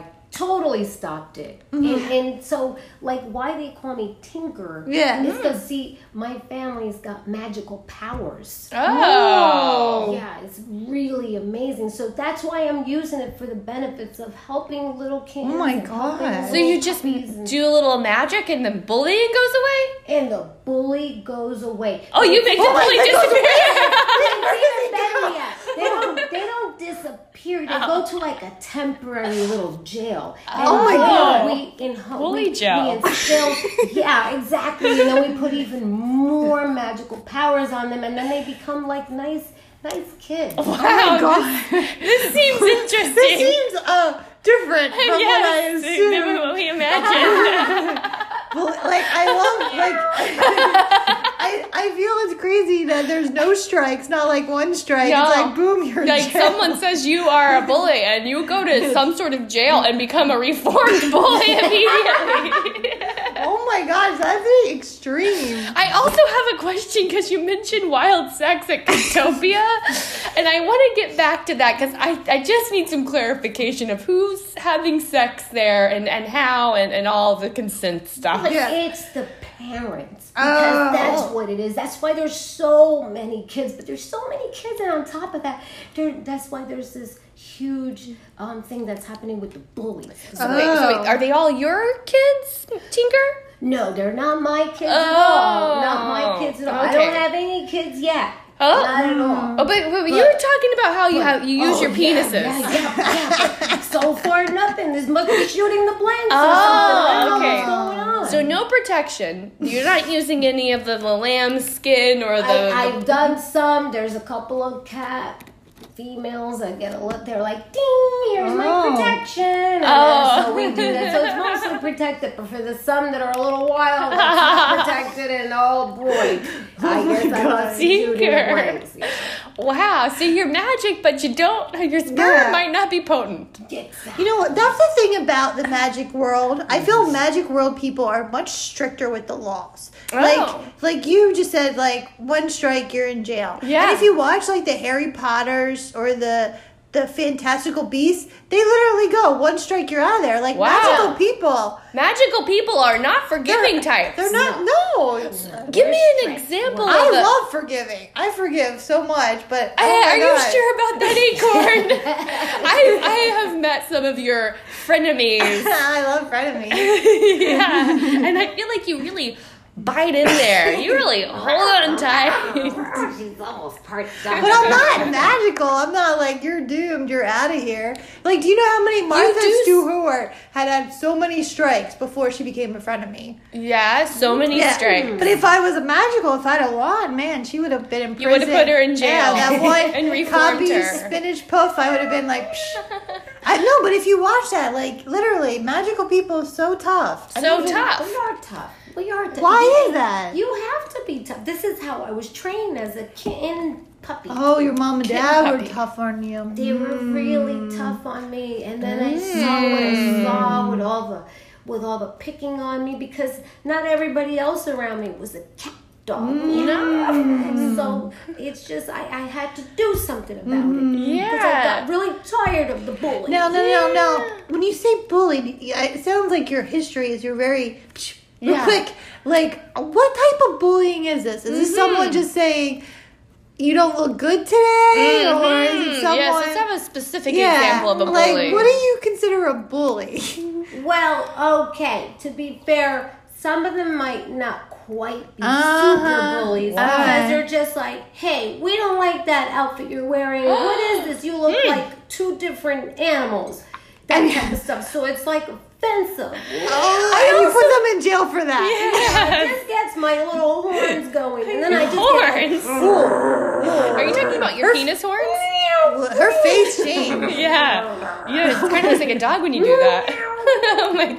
[SPEAKER 3] totally stopped it.
[SPEAKER 1] Mm-hmm.
[SPEAKER 3] And, and so, like, why they call me Tinker?
[SPEAKER 1] Yeah.
[SPEAKER 2] Mm.
[SPEAKER 3] It's because see, my family's got magical powers.
[SPEAKER 2] Oh.
[SPEAKER 3] Yeah, it's really amazing. So that's why I'm using it for the benefits of helping little kids.
[SPEAKER 1] my
[SPEAKER 3] and helping
[SPEAKER 1] God.
[SPEAKER 3] little
[SPEAKER 2] Oh So you just
[SPEAKER 3] puppies and,
[SPEAKER 2] do a little magic and then bullying goes away?
[SPEAKER 3] and the bully goes away.
[SPEAKER 2] Oh, you make the bully disappear.
[SPEAKER 3] They don't better yet. They don't. They don't disappear. They go to like a temporary little jail. And
[SPEAKER 1] Oh my
[SPEAKER 3] we-
[SPEAKER 2] God.
[SPEAKER 3] We in ho-
[SPEAKER 2] Bully
[SPEAKER 3] we,
[SPEAKER 2] jail.
[SPEAKER 3] We instill, yeah, exactly. And then we put even more magical powers on them, and then they become like nice, nice kids.
[SPEAKER 2] [LAUGHS] Wow,
[SPEAKER 1] Oh God,
[SPEAKER 2] This seems interesting.
[SPEAKER 1] this seems uh different from
[SPEAKER 2] [LAUGHS] yes,
[SPEAKER 1] what I assumed.
[SPEAKER 2] never
[SPEAKER 1] [LAUGHS]
[SPEAKER 2] what we imagined.
[SPEAKER 1] Well, like I
[SPEAKER 2] [LAUGHS]
[SPEAKER 1] love like [LAUGHS] I I feel it's crazy that there's no strikes, not like one strike.
[SPEAKER 2] No.
[SPEAKER 1] It's like boom, you're in
[SPEAKER 2] like
[SPEAKER 1] jail.
[SPEAKER 2] someone says you are a bully and you go to some sort of jail and become a
[SPEAKER 1] [LAUGHS]
[SPEAKER 2] reformed bully immediately. [LAUGHS]
[SPEAKER 1] Oh my gosh, that's an extreme.
[SPEAKER 2] I also have a question because you mentioned wild sex at Utopia, and I want to get back to that because I, I just need some clarification of who's having sex there and, and how and, and all the consent stuff.
[SPEAKER 3] But
[SPEAKER 1] Yeah.
[SPEAKER 3] it's the parents because
[SPEAKER 1] Oh.
[SPEAKER 3] that's what it is. That's why there's so many kids, but there's so many kids, and on top of that, there, that's why there's this huge um, thing that's happening with the bullies.
[SPEAKER 2] So wait, so wait, are they all your kids, Tinker?
[SPEAKER 3] No, they're not my kids at all. Not
[SPEAKER 2] Oh,
[SPEAKER 3] my kids at all. I
[SPEAKER 2] okay.
[SPEAKER 3] don't have any kids yet.
[SPEAKER 2] Oh.
[SPEAKER 3] Not at all.
[SPEAKER 2] Oh, but, but, you were talking about how you how you use
[SPEAKER 3] Oh,
[SPEAKER 2] your
[SPEAKER 3] yeah,
[SPEAKER 2] penises.
[SPEAKER 3] Yeah, yeah,
[SPEAKER 2] [LAUGHS]
[SPEAKER 3] yeah. so far, nothing. This must be shooting the blanks
[SPEAKER 2] Oh,
[SPEAKER 3] or something.
[SPEAKER 2] okay.
[SPEAKER 3] I don't know what's
[SPEAKER 2] So
[SPEAKER 3] going on.
[SPEAKER 2] no protection. You're not using any of the, the lamb skin or the.
[SPEAKER 3] I,
[SPEAKER 2] the-
[SPEAKER 3] I've done some. There's a couple of cat females that get a look. They're like, ding, here's
[SPEAKER 1] Oh.
[SPEAKER 3] my protection. And
[SPEAKER 2] Oh.
[SPEAKER 3] oh. So we do that. So it's mostly
[SPEAKER 1] [LAUGHS]
[SPEAKER 3] protected, but for the some that are a little wild, it's not protected. And oh boy, I guess I was shooting
[SPEAKER 2] Tinker.
[SPEAKER 3] blanks. Yeah.
[SPEAKER 2] wow. So you're magic, but you don't. Your sperm
[SPEAKER 1] Yeah.
[SPEAKER 2] might not be potent.
[SPEAKER 1] [LAUGHS]
[SPEAKER 3] Exactly.
[SPEAKER 1] You know what? That's the thing about the magic world. I feel magic world people are much stricter with the laws.
[SPEAKER 2] Oh.
[SPEAKER 1] Like, like you just said, like one strike, you're in jail.
[SPEAKER 2] Yeah.
[SPEAKER 1] And if you watch like the Harry Potter's or the the Fantastical Beasts, they literally go one strike, you're out of there. Like
[SPEAKER 2] Wow.
[SPEAKER 1] magical people,
[SPEAKER 2] Magical people are not forgiving types.
[SPEAKER 1] they're not. No,
[SPEAKER 2] Give me an example.
[SPEAKER 1] I
[SPEAKER 2] of a-
[SPEAKER 1] love forgiving. I forgive so much, but oh
[SPEAKER 2] Hey,
[SPEAKER 1] my
[SPEAKER 2] are
[SPEAKER 1] God.
[SPEAKER 2] you sure about that acorn? I, I have met some of your
[SPEAKER 1] [LAUGHS]
[SPEAKER 2] frenemies.
[SPEAKER 1] [LAUGHS] I love frenemies.
[SPEAKER 2] yeah. And I feel like you really bite in there. You really hold on tight.
[SPEAKER 3] She's almost part
[SPEAKER 1] But
[SPEAKER 2] [LAUGHS]
[SPEAKER 1] I'm not magical. I'm not like you're doomed. You're out of here. Like, do you know how many Martha
[SPEAKER 2] do s-
[SPEAKER 1] Stewart had had so many strikes before she became a frenemy?
[SPEAKER 2] Yeah, so many
[SPEAKER 1] Yeah.
[SPEAKER 2] strikes.
[SPEAKER 1] But if I was a magical, if I had a wand, man, she would have been in prison.
[SPEAKER 2] You would've put her in
[SPEAKER 1] Yeah,
[SPEAKER 2] jail
[SPEAKER 1] that one
[SPEAKER 2] [LAUGHS] and reformed
[SPEAKER 1] copy
[SPEAKER 2] her.
[SPEAKER 1] spinach puff, I would have been like, Psh. I know. But if you watch that, like, literally, magical people are so tough.
[SPEAKER 2] So tough.
[SPEAKER 3] We are tough. We are tough.
[SPEAKER 1] Why
[SPEAKER 3] You-
[SPEAKER 1] is that?
[SPEAKER 3] You have to be tough. This is how I was trained as a kitten puppy.
[SPEAKER 1] Oh, your mom and
[SPEAKER 2] Kitten
[SPEAKER 1] dad were
[SPEAKER 2] puppy.
[SPEAKER 1] tough on you.
[SPEAKER 3] They were really tough on me, and then I saw what I saw with all the with all the picking on me because not everybody else around me was a cat dog, you know. So it's just I, I had to do something about it because I
[SPEAKER 2] Yeah.
[SPEAKER 3] got really tired of the bullying.
[SPEAKER 1] No, no, no, no. When you say bullied, yeah, it sounds like your history is you're very psh, real
[SPEAKER 2] Yeah.
[SPEAKER 1] quick. Like, what type of bullying is this? Is this someone
[SPEAKER 2] Mm-hmm.
[SPEAKER 1] just saying you don't look good today, or is it someone?
[SPEAKER 2] Mm-hmm. yes, let's have a specific
[SPEAKER 1] yeah,
[SPEAKER 2] example of a
[SPEAKER 1] like
[SPEAKER 2] bully.
[SPEAKER 1] what do you consider a bully?
[SPEAKER 3] Well, okay. To be fair, some of them might not quite be
[SPEAKER 1] Uh-huh.
[SPEAKER 3] super bullies
[SPEAKER 1] Why?
[SPEAKER 3] because they're just like, "Hey, we don't like that outfit you're wearing. what is this? You
[SPEAKER 1] [GASPS] Hmm.
[SPEAKER 3] look like two different animals." That type of stuff. So it's like
[SPEAKER 1] [LAUGHS]
[SPEAKER 3] offensive.
[SPEAKER 2] Oh,
[SPEAKER 1] I don't put them in jail for that.
[SPEAKER 3] This gets my little horns going, and then I just get
[SPEAKER 2] horns. [LAUGHS] Are you talking about your penis horns?
[SPEAKER 1] Her face changed.
[SPEAKER 2] Yeah. Yeah, it kind of looks like a dog when you do that. [LAUGHS] oh my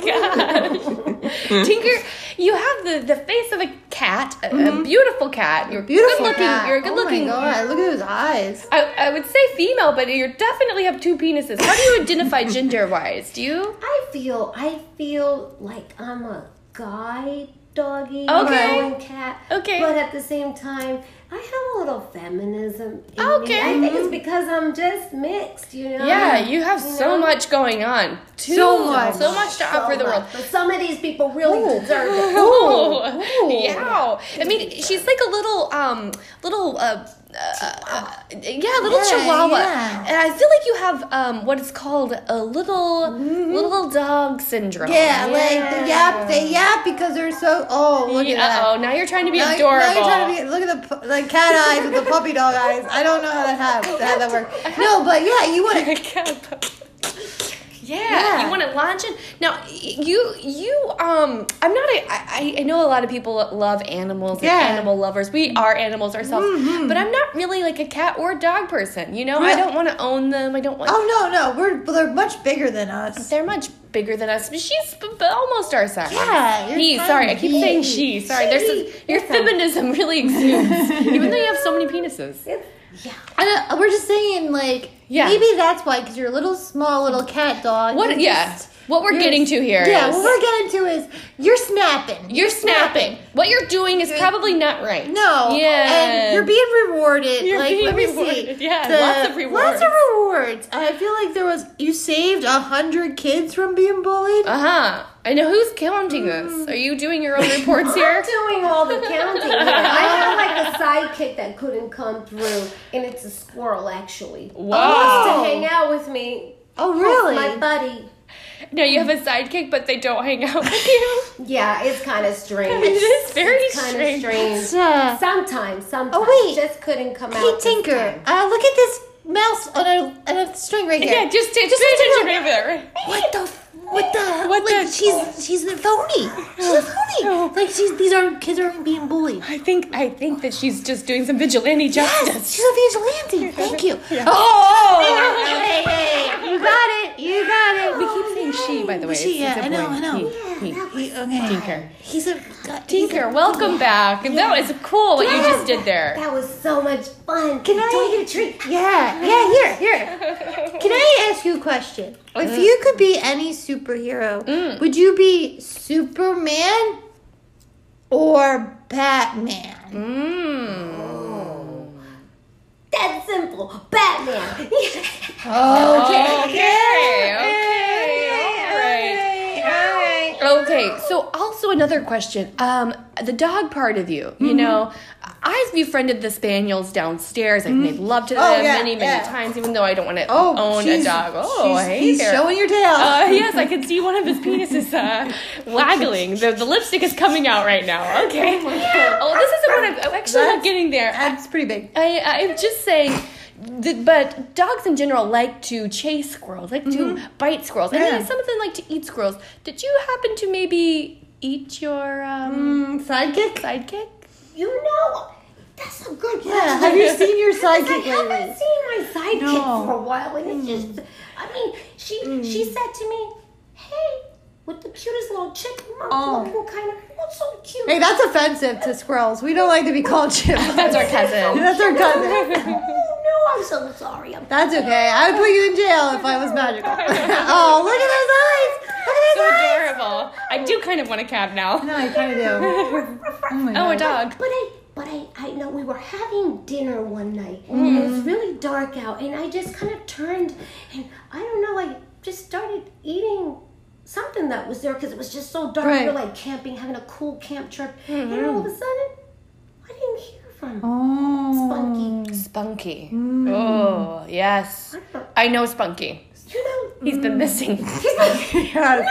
[SPEAKER 1] [LAUGHS]
[SPEAKER 2] gosh. Tinker, you have the, the face of a cat, a, a beautiful cat. You're
[SPEAKER 1] Mm-hmm. Beautiful
[SPEAKER 2] good looking.
[SPEAKER 1] cat.
[SPEAKER 2] You're a good looking.
[SPEAKER 1] Oh my god! Look at those eyes.
[SPEAKER 2] I, I would say female, but you definitely have two penises. How do you
[SPEAKER 1] [LAUGHS]
[SPEAKER 2] identify gender wise? Do you?
[SPEAKER 3] I feel I feel like I'm a guy doggy
[SPEAKER 2] Okay.
[SPEAKER 3] going cat.
[SPEAKER 2] Okay.
[SPEAKER 3] But at the same time, I have a little feminism in
[SPEAKER 2] Okay.
[SPEAKER 3] me. I think it's because I'm just mixed, you know.
[SPEAKER 2] Yeah, you have
[SPEAKER 3] You
[SPEAKER 2] so
[SPEAKER 3] know?
[SPEAKER 2] much going on. Too,
[SPEAKER 1] Uh, So much.
[SPEAKER 2] So much to
[SPEAKER 3] So
[SPEAKER 2] offer the
[SPEAKER 3] much.
[SPEAKER 2] world.
[SPEAKER 3] But some of these people really
[SPEAKER 1] Ooh.
[SPEAKER 3] deserve it.
[SPEAKER 2] [LAUGHS] Oh, yeah. I mean, she's like a little, um, little, uh, uh, uh, yeah, little
[SPEAKER 1] Yeah,
[SPEAKER 2] chihuahua.
[SPEAKER 1] yeah.
[SPEAKER 2] And I feel like you have, um, what is called a little, little dog syndrome.
[SPEAKER 1] Yeah, like the yap, they yap because they're so. Oh, look at that.
[SPEAKER 2] Uh oh, now you're trying to be
[SPEAKER 1] Now-
[SPEAKER 2] adorable.
[SPEAKER 1] Now you're trying to be, look at the pu- the cat eyes with the puppy dog eyes. I don't know how that happened, how that worked. No, but yeah, you [LAUGHS] want to.
[SPEAKER 2] Yeah,
[SPEAKER 1] Yeah.
[SPEAKER 2] you want to launch it now. y- You you um, I'm not a. I, I- I know a lot of people love animals.
[SPEAKER 1] Yeah. Mm-hmm.
[SPEAKER 2] and animal lovers. We are animals ourselves, but I'm not really like a cat or dog person. You know, I
[SPEAKER 1] Yeah.
[SPEAKER 2] don't want to own them. I don't want.
[SPEAKER 1] Oh no, no, we're they're much bigger than us.
[SPEAKER 2] They're much bigger than us. but She's b- b- almost our size.
[SPEAKER 1] Yeah, you're
[SPEAKER 2] he.
[SPEAKER 1] fine.
[SPEAKER 2] Sorry, I keep
[SPEAKER 1] He.
[SPEAKER 2] saying she. Sorry, there's
[SPEAKER 1] She.
[SPEAKER 2] this, your feminism really exudes, even though you have so many penises.
[SPEAKER 3] Yeah.
[SPEAKER 1] I don't, we're just saying, like,
[SPEAKER 2] Yeah.
[SPEAKER 1] maybe that's why because you're a little small, little cat dog.
[SPEAKER 2] What?
[SPEAKER 1] You're
[SPEAKER 2] Yeah.
[SPEAKER 1] just-
[SPEAKER 2] What we're
[SPEAKER 1] you're-
[SPEAKER 2] getting to here
[SPEAKER 1] Yeah,
[SPEAKER 2] is-
[SPEAKER 1] what we're getting to is you're snapping.
[SPEAKER 2] You're snapping. What you're doing is probably not right.
[SPEAKER 1] No.
[SPEAKER 2] Yeah.
[SPEAKER 1] And you're being rewarded.
[SPEAKER 2] You're
[SPEAKER 1] like,
[SPEAKER 2] being
[SPEAKER 1] let me
[SPEAKER 2] rewarded.
[SPEAKER 1] see.
[SPEAKER 2] Yeah, lots of
[SPEAKER 1] Lots of rewards. I feel like there was you saved a hundred kids from being bullied. Oh,
[SPEAKER 2] Uh huh. I know who's counting this. Are you doing your own reports
[SPEAKER 3] I'm
[SPEAKER 2] here? [LAUGHS]
[SPEAKER 3] doing all the counting. here. I have like a sidekick that couldn't come through, and it's a squirrel actually.
[SPEAKER 2] Wow.
[SPEAKER 3] Wants to hang out with me.
[SPEAKER 1] oh, really?
[SPEAKER 3] My buddy.
[SPEAKER 2] No, you have a sidekick, but they don't hang out with you.
[SPEAKER 3] Yeah, it's kind of strange.
[SPEAKER 2] [LAUGHS] It is very
[SPEAKER 3] kind
[SPEAKER 2] strange.
[SPEAKER 3] of strange.
[SPEAKER 1] Uh,
[SPEAKER 3] Sometimes, sometimes.
[SPEAKER 1] Oh, wait.
[SPEAKER 3] Just couldn't come out.
[SPEAKER 1] Hey
[SPEAKER 3] this
[SPEAKER 1] Tinker,
[SPEAKER 3] time.
[SPEAKER 1] uh, look at this mouse on a, on a string right here.
[SPEAKER 2] [LAUGHS] Yeah, just t- just attention right there.
[SPEAKER 1] What the? f- What the?
[SPEAKER 2] What
[SPEAKER 1] like
[SPEAKER 2] the- Oh.
[SPEAKER 1] she's she's a phony. She's a phony. Like she's these aren't kids aren't being bullied.
[SPEAKER 2] I think I think that she's just doing some vigilante
[SPEAKER 1] Yes,
[SPEAKER 2] justice.
[SPEAKER 1] she's a vigilante. Thank you.
[SPEAKER 2] Oh!
[SPEAKER 1] Hey, hey, hey, you got it. You got it.
[SPEAKER 2] We keep saying she, by the way.
[SPEAKER 1] Oh, She,
[SPEAKER 2] It's-
[SPEAKER 1] yeah, I
[SPEAKER 2] it's a
[SPEAKER 1] know,
[SPEAKER 2] boy.
[SPEAKER 1] I know.
[SPEAKER 2] He- he- um,
[SPEAKER 1] He- okay.
[SPEAKER 2] Tinker.
[SPEAKER 1] He's a he's a-
[SPEAKER 2] Tinker, welcome back. That was cool what you just did there.
[SPEAKER 3] That was so much fun.
[SPEAKER 1] Can I-
[SPEAKER 3] Do I get a treat?
[SPEAKER 1] Yeah, yeah, here, here. Can I ask you a question?
[SPEAKER 2] Mm.
[SPEAKER 1] If you could be any superhero, would you be Superman or Batman?
[SPEAKER 2] Mm. Mmm.
[SPEAKER 3] That's simple. Batman. [LAUGHS]
[SPEAKER 1] Okay.
[SPEAKER 2] Okay. Okay. All right. Okay. So also another question. Um, the dog part of you.
[SPEAKER 1] Mm-hmm.
[SPEAKER 2] You know, I've befriended the spaniels downstairs. I've made love to them
[SPEAKER 1] Oh, yeah,
[SPEAKER 2] many, many
[SPEAKER 1] yeah.
[SPEAKER 2] times, even though I don't want to
[SPEAKER 1] Oh,
[SPEAKER 2] own a
[SPEAKER 1] she's-
[SPEAKER 2] dog. Oh, I
[SPEAKER 1] she's-
[SPEAKER 2] hate
[SPEAKER 1] he's
[SPEAKER 2] her.
[SPEAKER 1] showing your tail.
[SPEAKER 2] Uh, [LAUGHS] yes, I can see
[SPEAKER 1] [LAUGHS]
[SPEAKER 2] one of his penises uh, waggling. The, the lipstick is coming out right now. Okay. [LAUGHS] Oh, this isn't what I'm, I'm actually not
[SPEAKER 1] That's-
[SPEAKER 2] getting there.
[SPEAKER 1] That's pretty big.
[SPEAKER 2] I, I'm just saying. That, but dogs in general like to chase squirrels, like to bite squirrels, and
[SPEAKER 1] Mm-hmm. Yeah.
[SPEAKER 2] then some of them like to eat squirrels. Did you happen to maybe eat your
[SPEAKER 1] Mm,
[SPEAKER 2] um,
[SPEAKER 1] sidekick?
[SPEAKER 2] sidekick?
[SPEAKER 3] you know, that's a good question.
[SPEAKER 1] Yeah. Have you seen your
[SPEAKER 3] [LAUGHS] Because
[SPEAKER 1] sidekick
[SPEAKER 3] I
[SPEAKER 1] lately?
[SPEAKER 3] haven't seen my sidekick
[SPEAKER 1] No. Mm.
[SPEAKER 3] for a while, and it's just. I mean, she she said to me, "Hey, with the cutest little chick. Look,
[SPEAKER 1] Oh.
[SPEAKER 3] look what kind of what's so cute? [LAUGHS]
[SPEAKER 1] Hey, that's offensive to squirrels. We don't like to be called
[SPEAKER 2] [LAUGHS]
[SPEAKER 1] chipmunks.
[SPEAKER 2] [LAUGHS] That's our [LAUGHS] cousin.
[SPEAKER 1] That's our cousin.
[SPEAKER 3] Oh no, I'm so sorry. [LAUGHS] I'm
[SPEAKER 1] That's okay. I would put you in jail if I was [LAUGHS] magical. oh, look at those eyes! Look at
[SPEAKER 2] So
[SPEAKER 1] those eyes!
[SPEAKER 2] adorable. I do kind of want a cat now.
[SPEAKER 1] No, I kind of [LAUGHS] do. Oh, my
[SPEAKER 2] Oh, a
[SPEAKER 1] God.
[SPEAKER 2] dog.
[SPEAKER 3] But I, but I, I know we were having dinner one night, and it was really dark out, and I just kind of turned, and I don't know, I just started eating something that was there because it was just so dark. We were
[SPEAKER 1] Right.
[SPEAKER 3] like camping, having a cool camp trip, and all of a sudden, I didn't hear from
[SPEAKER 1] Oh.
[SPEAKER 3] Spunky.
[SPEAKER 2] Spunky.
[SPEAKER 1] Mm.
[SPEAKER 2] Oh, yes. I know Spunky.
[SPEAKER 3] You know,
[SPEAKER 2] He's
[SPEAKER 1] Mm.
[SPEAKER 2] been [LAUGHS] missing.
[SPEAKER 3] he's like,
[SPEAKER 1] [LAUGHS] God.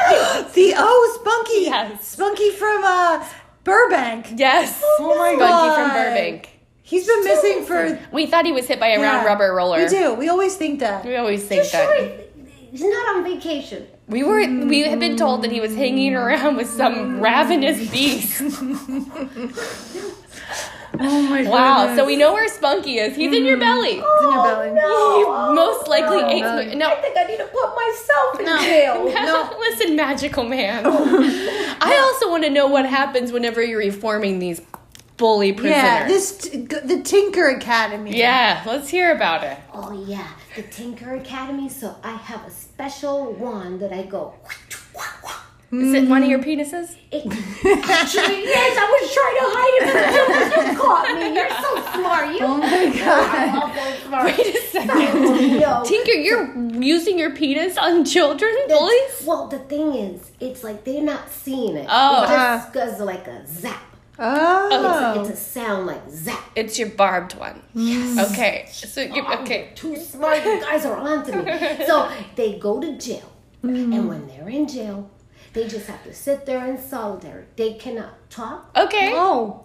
[SPEAKER 1] the oh Spunky.
[SPEAKER 2] Yes.
[SPEAKER 1] Spunky from uh, Burbank.
[SPEAKER 2] Yes.
[SPEAKER 1] Oh my
[SPEAKER 2] Spunky from
[SPEAKER 1] God.
[SPEAKER 2] Burbank.
[SPEAKER 1] He's been missing for
[SPEAKER 2] We thought he was hit by a
[SPEAKER 1] yeah.
[SPEAKER 2] round rubber roller.
[SPEAKER 1] We do. We always think that.
[SPEAKER 2] We always
[SPEAKER 3] you
[SPEAKER 2] think
[SPEAKER 3] sure
[SPEAKER 2] that.
[SPEAKER 3] he- he's not on vacation?
[SPEAKER 2] We were we had been told that he was hanging
[SPEAKER 1] Mm.
[SPEAKER 2] around with some
[SPEAKER 1] [LAUGHS]
[SPEAKER 2] ravenous beast.
[SPEAKER 1] Oh my
[SPEAKER 2] Wow. So we know where Spunky is. He's
[SPEAKER 1] Mm.
[SPEAKER 2] in your belly.
[SPEAKER 1] in your belly.
[SPEAKER 2] He most likely
[SPEAKER 1] no,
[SPEAKER 2] ate
[SPEAKER 1] Oh, no.
[SPEAKER 2] some-
[SPEAKER 3] I
[SPEAKER 2] no.
[SPEAKER 3] think I need to put myself in jail.
[SPEAKER 1] No.
[SPEAKER 2] [LAUGHS] Listen,
[SPEAKER 1] [LAUGHS]
[SPEAKER 2] magical man. I also want to know what happens whenever you're reforming these bully prisoners.
[SPEAKER 1] Yeah, this t- g- the Tinker Academy. [LAUGHS]
[SPEAKER 2] Yeah, let's hear about it.
[SPEAKER 3] Oh yeah, the Tinker Academy. So I have a special wand that I go.
[SPEAKER 2] Is it one of your penises?
[SPEAKER 3] It, [LAUGHS] actually, yes, I was trying to hide it from you, but you caught me. You're so smart. You.
[SPEAKER 1] Oh my God.
[SPEAKER 3] I'm
[SPEAKER 1] Mm.
[SPEAKER 3] so
[SPEAKER 2] [LAUGHS]
[SPEAKER 3] smart.
[SPEAKER 2] Wait a
[SPEAKER 1] [LAUGHS]
[SPEAKER 2] second.
[SPEAKER 3] No.
[SPEAKER 2] Tinker, you're using your penis on children, bullies?
[SPEAKER 3] Well, the thing is, it's like they're not seeing it.
[SPEAKER 2] Oh.
[SPEAKER 3] it just goes like a zap.
[SPEAKER 1] [LAUGHS]
[SPEAKER 3] It's,
[SPEAKER 1] Uh-huh. Oh.
[SPEAKER 3] it's a sound like zap.
[SPEAKER 2] It's your barbed one.
[SPEAKER 1] Mm.
[SPEAKER 2] Okay. So you [LAUGHS]
[SPEAKER 1] [GASPS]
[SPEAKER 2] okay.
[SPEAKER 3] Oh, Too smart. You guys are onto me. So they go to jail,
[SPEAKER 1] Mm-hmm.
[SPEAKER 3] and when they're in jail, they just have to sit there in solitary. They cannot talk.
[SPEAKER 2] Uh. Okay.
[SPEAKER 1] Oh.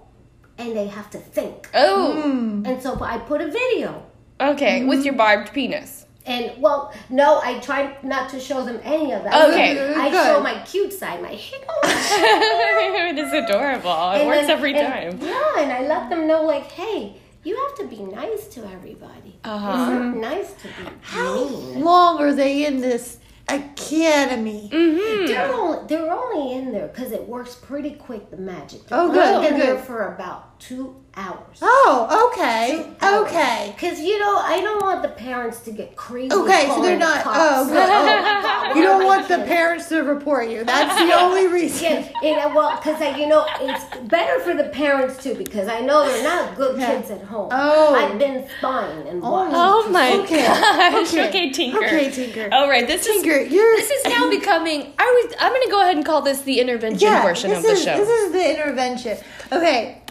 [SPEAKER 1] Mm.
[SPEAKER 3] and they have to think.
[SPEAKER 2] Oh.
[SPEAKER 3] And so I put a video.
[SPEAKER 2] Okay. With your barbed penis. [LAUGHS]
[SPEAKER 3] And well, no, I try not to show them any of that.
[SPEAKER 2] Okay.
[SPEAKER 3] I
[SPEAKER 1] Good.
[SPEAKER 3] show my cute side, my [LAUGHS]
[SPEAKER 1] [LAUGHS]
[SPEAKER 2] it is adorable. It
[SPEAKER 3] And
[SPEAKER 2] works
[SPEAKER 3] then-
[SPEAKER 2] every time.
[SPEAKER 3] and- Yeah, and I let them know like, hey, you have to be nice to everybody.
[SPEAKER 2] Uh-huh.
[SPEAKER 3] It's not nice to be mean.
[SPEAKER 1] Long are they in this academy?
[SPEAKER 3] They're only, they're only in there because it works pretty quick. The magic. They're
[SPEAKER 1] Oh,
[SPEAKER 3] only
[SPEAKER 1] good,
[SPEAKER 3] In there
[SPEAKER 1] good.
[SPEAKER 3] for about two hours.
[SPEAKER 1] Oh, okay. Okay.
[SPEAKER 3] Because you know, I don't want the parents to get crazy.
[SPEAKER 1] Okay, so
[SPEAKER 3] calling
[SPEAKER 1] they're
[SPEAKER 3] the
[SPEAKER 1] not-
[SPEAKER 3] cops.
[SPEAKER 1] oh, good.
[SPEAKER 3] [LAUGHS] Oh,
[SPEAKER 1] You don't
[SPEAKER 3] my
[SPEAKER 1] want the
[SPEAKER 3] kids.
[SPEAKER 1] parents to report you. That's
[SPEAKER 2] [LAUGHS]
[SPEAKER 1] the only reason.
[SPEAKER 3] Yeah, it, uh, well, because you know it's better for the parents too, because I know they're not good
[SPEAKER 1] Yeah.
[SPEAKER 3] kids at home.
[SPEAKER 1] Oh.
[SPEAKER 3] I've been spying and watching.
[SPEAKER 2] Oh my
[SPEAKER 1] Okay.
[SPEAKER 2] gosh.
[SPEAKER 1] Okay.
[SPEAKER 2] [LAUGHS] Okay. Tinker.
[SPEAKER 1] Okay, Tinker.
[SPEAKER 2] All right, this is
[SPEAKER 1] Tinker, you're.
[SPEAKER 2] this is now becoming I was I'm going to go ahead and call this the intervention
[SPEAKER 1] yeah,
[SPEAKER 2] portion
[SPEAKER 1] this
[SPEAKER 2] of the
[SPEAKER 1] is,
[SPEAKER 2] show.
[SPEAKER 1] This is the intervention. Okay.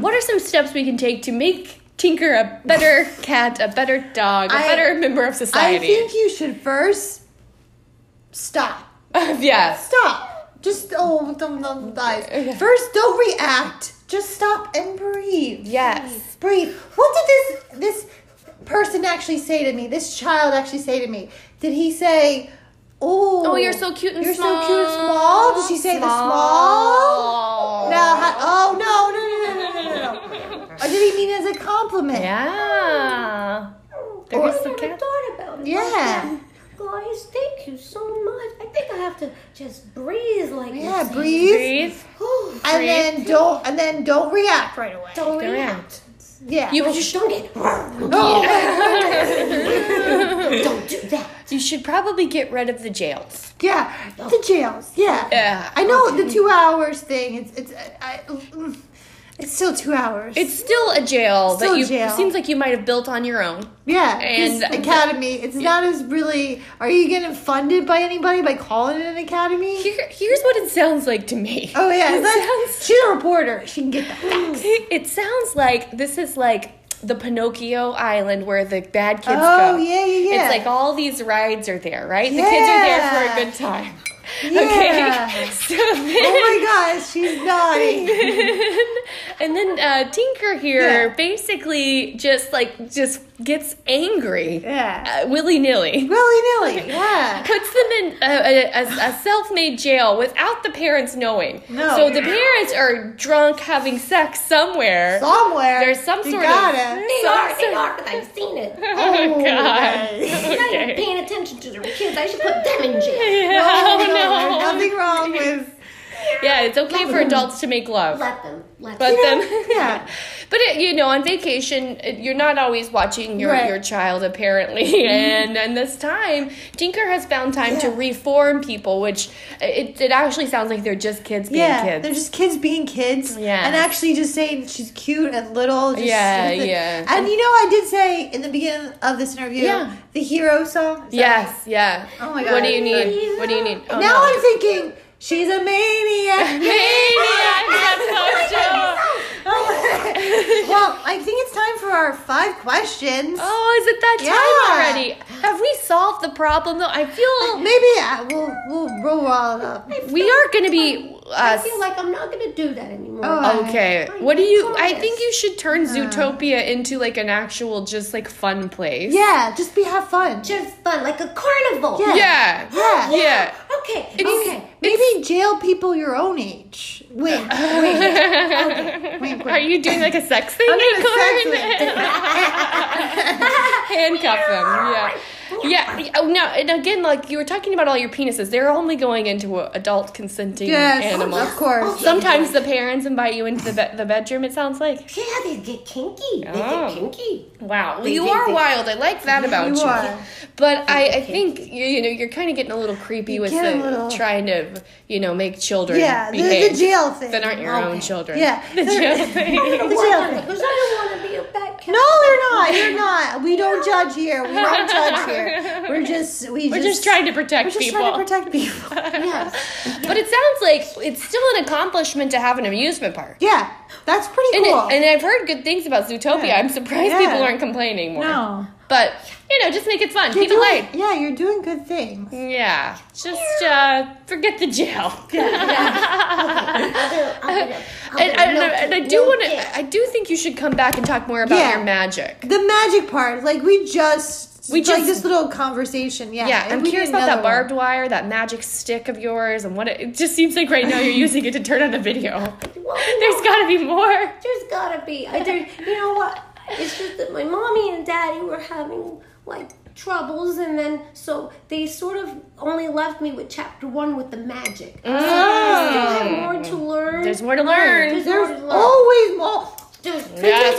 [SPEAKER 2] What are some steps we can take to make Tinker a better cat, a better dog, a
[SPEAKER 1] I-
[SPEAKER 2] better member of
[SPEAKER 1] I
[SPEAKER 2] society?
[SPEAKER 1] think you should first stop.
[SPEAKER 2] [LAUGHS] yes.
[SPEAKER 1] Stop. Just, oh, don't, don't die. First, don't react. Just stop and breathe.
[SPEAKER 2] Yes.
[SPEAKER 1] Breathe. What did this this person actually say to me? This child actually say to me? Did he say, "Oh,
[SPEAKER 2] Oh, you're so cute and
[SPEAKER 1] you're
[SPEAKER 2] small.
[SPEAKER 1] so cute and small"? Did she say the small? No. ha- Oh no no no no no no. no. or did he mean it as a compliment?
[SPEAKER 2] Yeah. There
[SPEAKER 3] Oh, I
[SPEAKER 2] is
[SPEAKER 3] never
[SPEAKER 2] some cat.
[SPEAKER 3] thought about it.
[SPEAKER 1] Yeah.
[SPEAKER 3] like that. Guys, thank you so much. I think I have to just breathe like
[SPEAKER 1] Yeah.
[SPEAKER 3] this.
[SPEAKER 1] Breathe.
[SPEAKER 2] Breathe.
[SPEAKER 3] Whew.
[SPEAKER 1] And then don't and then don't react right away.
[SPEAKER 3] Don't
[SPEAKER 2] Don't
[SPEAKER 3] react.
[SPEAKER 1] Yeah.
[SPEAKER 2] You,
[SPEAKER 3] You
[SPEAKER 2] sh-
[SPEAKER 3] don't get.
[SPEAKER 1] Oh,
[SPEAKER 3] Don't do that.
[SPEAKER 2] you should probably get rid of the jails.
[SPEAKER 1] [LAUGHS] yeah. The jails. Yeah.
[SPEAKER 2] Yeah.
[SPEAKER 1] I know the two hours thing. It's it's I, I, it's still two hours.
[SPEAKER 2] It's still a jail
[SPEAKER 1] Still
[SPEAKER 2] that you
[SPEAKER 1] jail.
[SPEAKER 2] seems like you might have built on your own.
[SPEAKER 1] Yeah,
[SPEAKER 2] And-
[SPEAKER 1] and um, academy. It's not as really. Are you getting funded by anybody by calling it an academy?
[SPEAKER 2] Here, here's what it sounds like to me.
[SPEAKER 1] oh yeah, [LAUGHS]
[SPEAKER 2] [LAUGHS] It
[SPEAKER 1] that's-
[SPEAKER 2] sounds-
[SPEAKER 1] she's a reporter. She can get that. [LAUGHS]
[SPEAKER 2] It sounds like this is like the Pinocchio Island where the bad kids go.
[SPEAKER 1] Oh, yeah, yeah, yeah.
[SPEAKER 2] It's like all these rides are there, right? The kids are there for a
[SPEAKER 1] Yeah.
[SPEAKER 2] good time.
[SPEAKER 1] Yeah.
[SPEAKER 2] Okay. [LAUGHS] So then,
[SPEAKER 1] Oh my gosh, [LAUGHS] she's naughty.
[SPEAKER 2] [LAUGHS] and then uh, Tinker here
[SPEAKER 1] Yeah.
[SPEAKER 2] basically just like just gets angry
[SPEAKER 1] Yeah,
[SPEAKER 2] uh, willy nilly.
[SPEAKER 1] willy nilly. Yeah.
[SPEAKER 2] [LAUGHS] Puts them in a, a, a- a self-made jail without the parents knowing.
[SPEAKER 1] No.
[SPEAKER 2] So the parents are drunk having sex somewhere.
[SPEAKER 1] Somewhere
[SPEAKER 2] There's some
[SPEAKER 1] you
[SPEAKER 2] sort
[SPEAKER 1] gotta.
[SPEAKER 2] [LAUGHS] of
[SPEAKER 3] They
[SPEAKER 2] some
[SPEAKER 3] are. They
[SPEAKER 2] sort-
[SPEAKER 3] are. Because I've
[SPEAKER 1] [LAUGHS]
[SPEAKER 3] seen it.
[SPEAKER 2] Oh, [LAUGHS] God.
[SPEAKER 1] Okay. [LAUGHS]
[SPEAKER 2] [LAUGHS]
[SPEAKER 3] Not even paying attention to their kids. I should put them in jail.
[SPEAKER 2] Yeah,
[SPEAKER 1] no, There's nothing
[SPEAKER 2] [LAUGHS]
[SPEAKER 1] wrong with
[SPEAKER 2] Oh, Yeah, it's okay for adults to make love.
[SPEAKER 3] Let them. Let
[SPEAKER 2] But
[SPEAKER 3] them.
[SPEAKER 2] them,
[SPEAKER 1] [LAUGHS] yeah.
[SPEAKER 2] [LAUGHS] but it, you know, on vacation, it- you're not always watching your,
[SPEAKER 1] Right. Mm-hmm.
[SPEAKER 2] your child apparently, [LAUGHS] and and this time, Tinker has found time to
[SPEAKER 1] Yeah.
[SPEAKER 2] reform people, which it, it actually sounds like they're just kids being
[SPEAKER 1] yeah,
[SPEAKER 2] kids.
[SPEAKER 1] they're just kids being kids.
[SPEAKER 2] Yeah.
[SPEAKER 1] And actually just saying she's cute and little. Just
[SPEAKER 2] Yeah,
[SPEAKER 1] something.
[SPEAKER 2] yeah.
[SPEAKER 1] And you know, I did say in the beginning of this interview,
[SPEAKER 2] Yeah.
[SPEAKER 1] the hero song. Is that-
[SPEAKER 2] Yes, yeah.
[SPEAKER 1] Oh my
[SPEAKER 2] What
[SPEAKER 1] God.
[SPEAKER 2] do you need? What do you need? Oh,
[SPEAKER 1] now
[SPEAKER 2] no.
[SPEAKER 1] I'm thinking, she's a maniac.
[SPEAKER 2] [LAUGHS]
[SPEAKER 1] [LAUGHS]
[SPEAKER 2] Maniac, that's so dope.
[SPEAKER 1] Oh, well, I think it's time for our five questions.
[SPEAKER 2] Oh, is it that
[SPEAKER 1] Yeah.
[SPEAKER 2] time already? Have we solved the problem though? I feel
[SPEAKER 1] Maybe uh, we'll we'll roll all it up.
[SPEAKER 2] we are gonna be
[SPEAKER 3] I
[SPEAKER 2] uh,
[SPEAKER 3] feel like I'm not gonna do that anymore.
[SPEAKER 1] Oh.
[SPEAKER 2] Okay.
[SPEAKER 3] I
[SPEAKER 2] What do
[SPEAKER 3] think
[SPEAKER 2] you
[SPEAKER 3] so,
[SPEAKER 2] I
[SPEAKER 3] yes.
[SPEAKER 2] think you should turn Zootopia into like an actual just like fun place.
[SPEAKER 1] Yeah, just be have fun.
[SPEAKER 3] Just fun, like a carnival.
[SPEAKER 1] Yeah.
[SPEAKER 2] Yeah.
[SPEAKER 1] Yeah.
[SPEAKER 2] Yeah.
[SPEAKER 3] Okay.
[SPEAKER 2] It's-
[SPEAKER 3] okay.
[SPEAKER 1] Maybe jail people your own age.
[SPEAKER 2] [LAUGHS]
[SPEAKER 1] Wait, wait. wink, wink.
[SPEAKER 2] Are you doing like a sex thing?
[SPEAKER 1] doing a
[SPEAKER 2] Acorn?
[SPEAKER 1] sex thing.
[SPEAKER 2] [LAUGHS] Handcuff them. Yeah. Yeah. Oh, no. And again, like you were talking about all your penises, they're only going into uh, adult consenting
[SPEAKER 1] Yes,
[SPEAKER 2] animals.
[SPEAKER 1] of
[SPEAKER 2] [LAUGHS]
[SPEAKER 1] course.
[SPEAKER 2] Sometimes the parents invite you into the, be- the bedroom. It sounds like
[SPEAKER 3] Yeah, they get kinky. They
[SPEAKER 2] Oh.
[SPEAKER 3] get kinky.
[SPEAKER 2] wow. Well,
[SPEAKER 3] They-
[SPEAKER 2] you
[SPEAKER 3] they-
[SPEAKER 2] are
[SPEAKER 3] they-
[SPEAKER 2] wild. I like that about you.
[SPEAKER 1] You are.
[SPEAKER 2] But I, I think you, you know you're kind of getting a little creepy with
[SPEAKER 1] get a
[SPEAKER 2] the,
[SPEAKER 1] little-
[SPEAKER 2] trying to you know make children
[SPEAKER 1] Yeah, the,
[SPEAKER 2] behave
[SPEAKER 1] the jail thing.
[SPEAKER 2] that aren't your own
[SPEAKER 3] Okay.
[SPEAKER 2] children.
[SPEAKER 1] Yeah.
[SPEAKER 2] [LAUGHS] the jail thing.
[SPEAKER 1] The jail thing.
[SPEAKER 3] Because I don't want to be a bad cat.
[SPEAKER 1] No, they're not. You're not. We don't judge here. We don't judge here.
[SPEAKER 2] [LAUGHS]
[SPEAKER 1] We're just we
[SPEAKER 2] We're just trying to protect
[SPEAKER 1] We're just
[SPEAKER 2] people.
[SPEAKER 1] trying to protect people.
[SPEAKER 2] [LAUGHS]
[SPEAKER 3] Yes.
[SPEAKER 2] But it sounds like it's still an accomplishment to have an amusement park.
[SPEAKER 1] Yeah, that's pretty
[SPEAKER 2] And, it-
[SPEAKER 1] cool.
[SPEAKER 2] and I've heard good things about Zootopia.
[SPEAKER 1] Yeah.
[SPEAKER 2] I'm surprised
[SPEAKER 1] Yeah.
[SPEAKER 2] people aren't complaining more.
[SPEAKER 1] no,
[SPEAKER 2] But, you know, just make it fun.
[SPEAKER 1] you're
[SPEAKER 2] Keep it
[SPEAKER 1] doing,
[SPEAKER 2] light.
[SPEAKER 1] yeah, you're doing good things.
[SPEAKER 2] Yeah. Just uh, [LAUGHS] forget the jail. [LAUGHS] And, and, I- and I do want to. I do think you should come back and talk more about
[SPEAKER 1] Yeah.
[SPEAKER 2] your magic.
[SPEAKER 1] The magic part, like we just
[SPEAKER 2] We
[SPEAKER 1] we like
[SPEAKER 2] just-
[SPEAKER 1] this little conversation. Yeah,
[SPEAKER 2] Yeah,
[SPEAKER 1] and
[SPEAKER 2] I'm
[SPEAKER 1] we
[SPEAKER 2] curious
[SPEAKER 1] need
[SPEAKER 2] about that
[SPEAKER 1] another one.
[SPEAKER 2] barbed wire, that magic stick of yours, and what it, it just seems like right now you're using it to turn on the [LAUGHS] video. There's got to be more.
[SPEAKER 3] There's gotta be. I there, you know what? It's just that my mommy and daddy were having like troubles, and then so they sort of only left me with chapter one with the magic. So I still have more to learn.
[SPEAKER 2] Mm. There's more to learn.
[SPEAKER 3] There's, more
[SPEAKER 1] There's
[SPEAKER 3] to learn.
[SPEAKER 1] always more.
[SPEAKER 3] There's-
[SPEAKER 2] Yeah.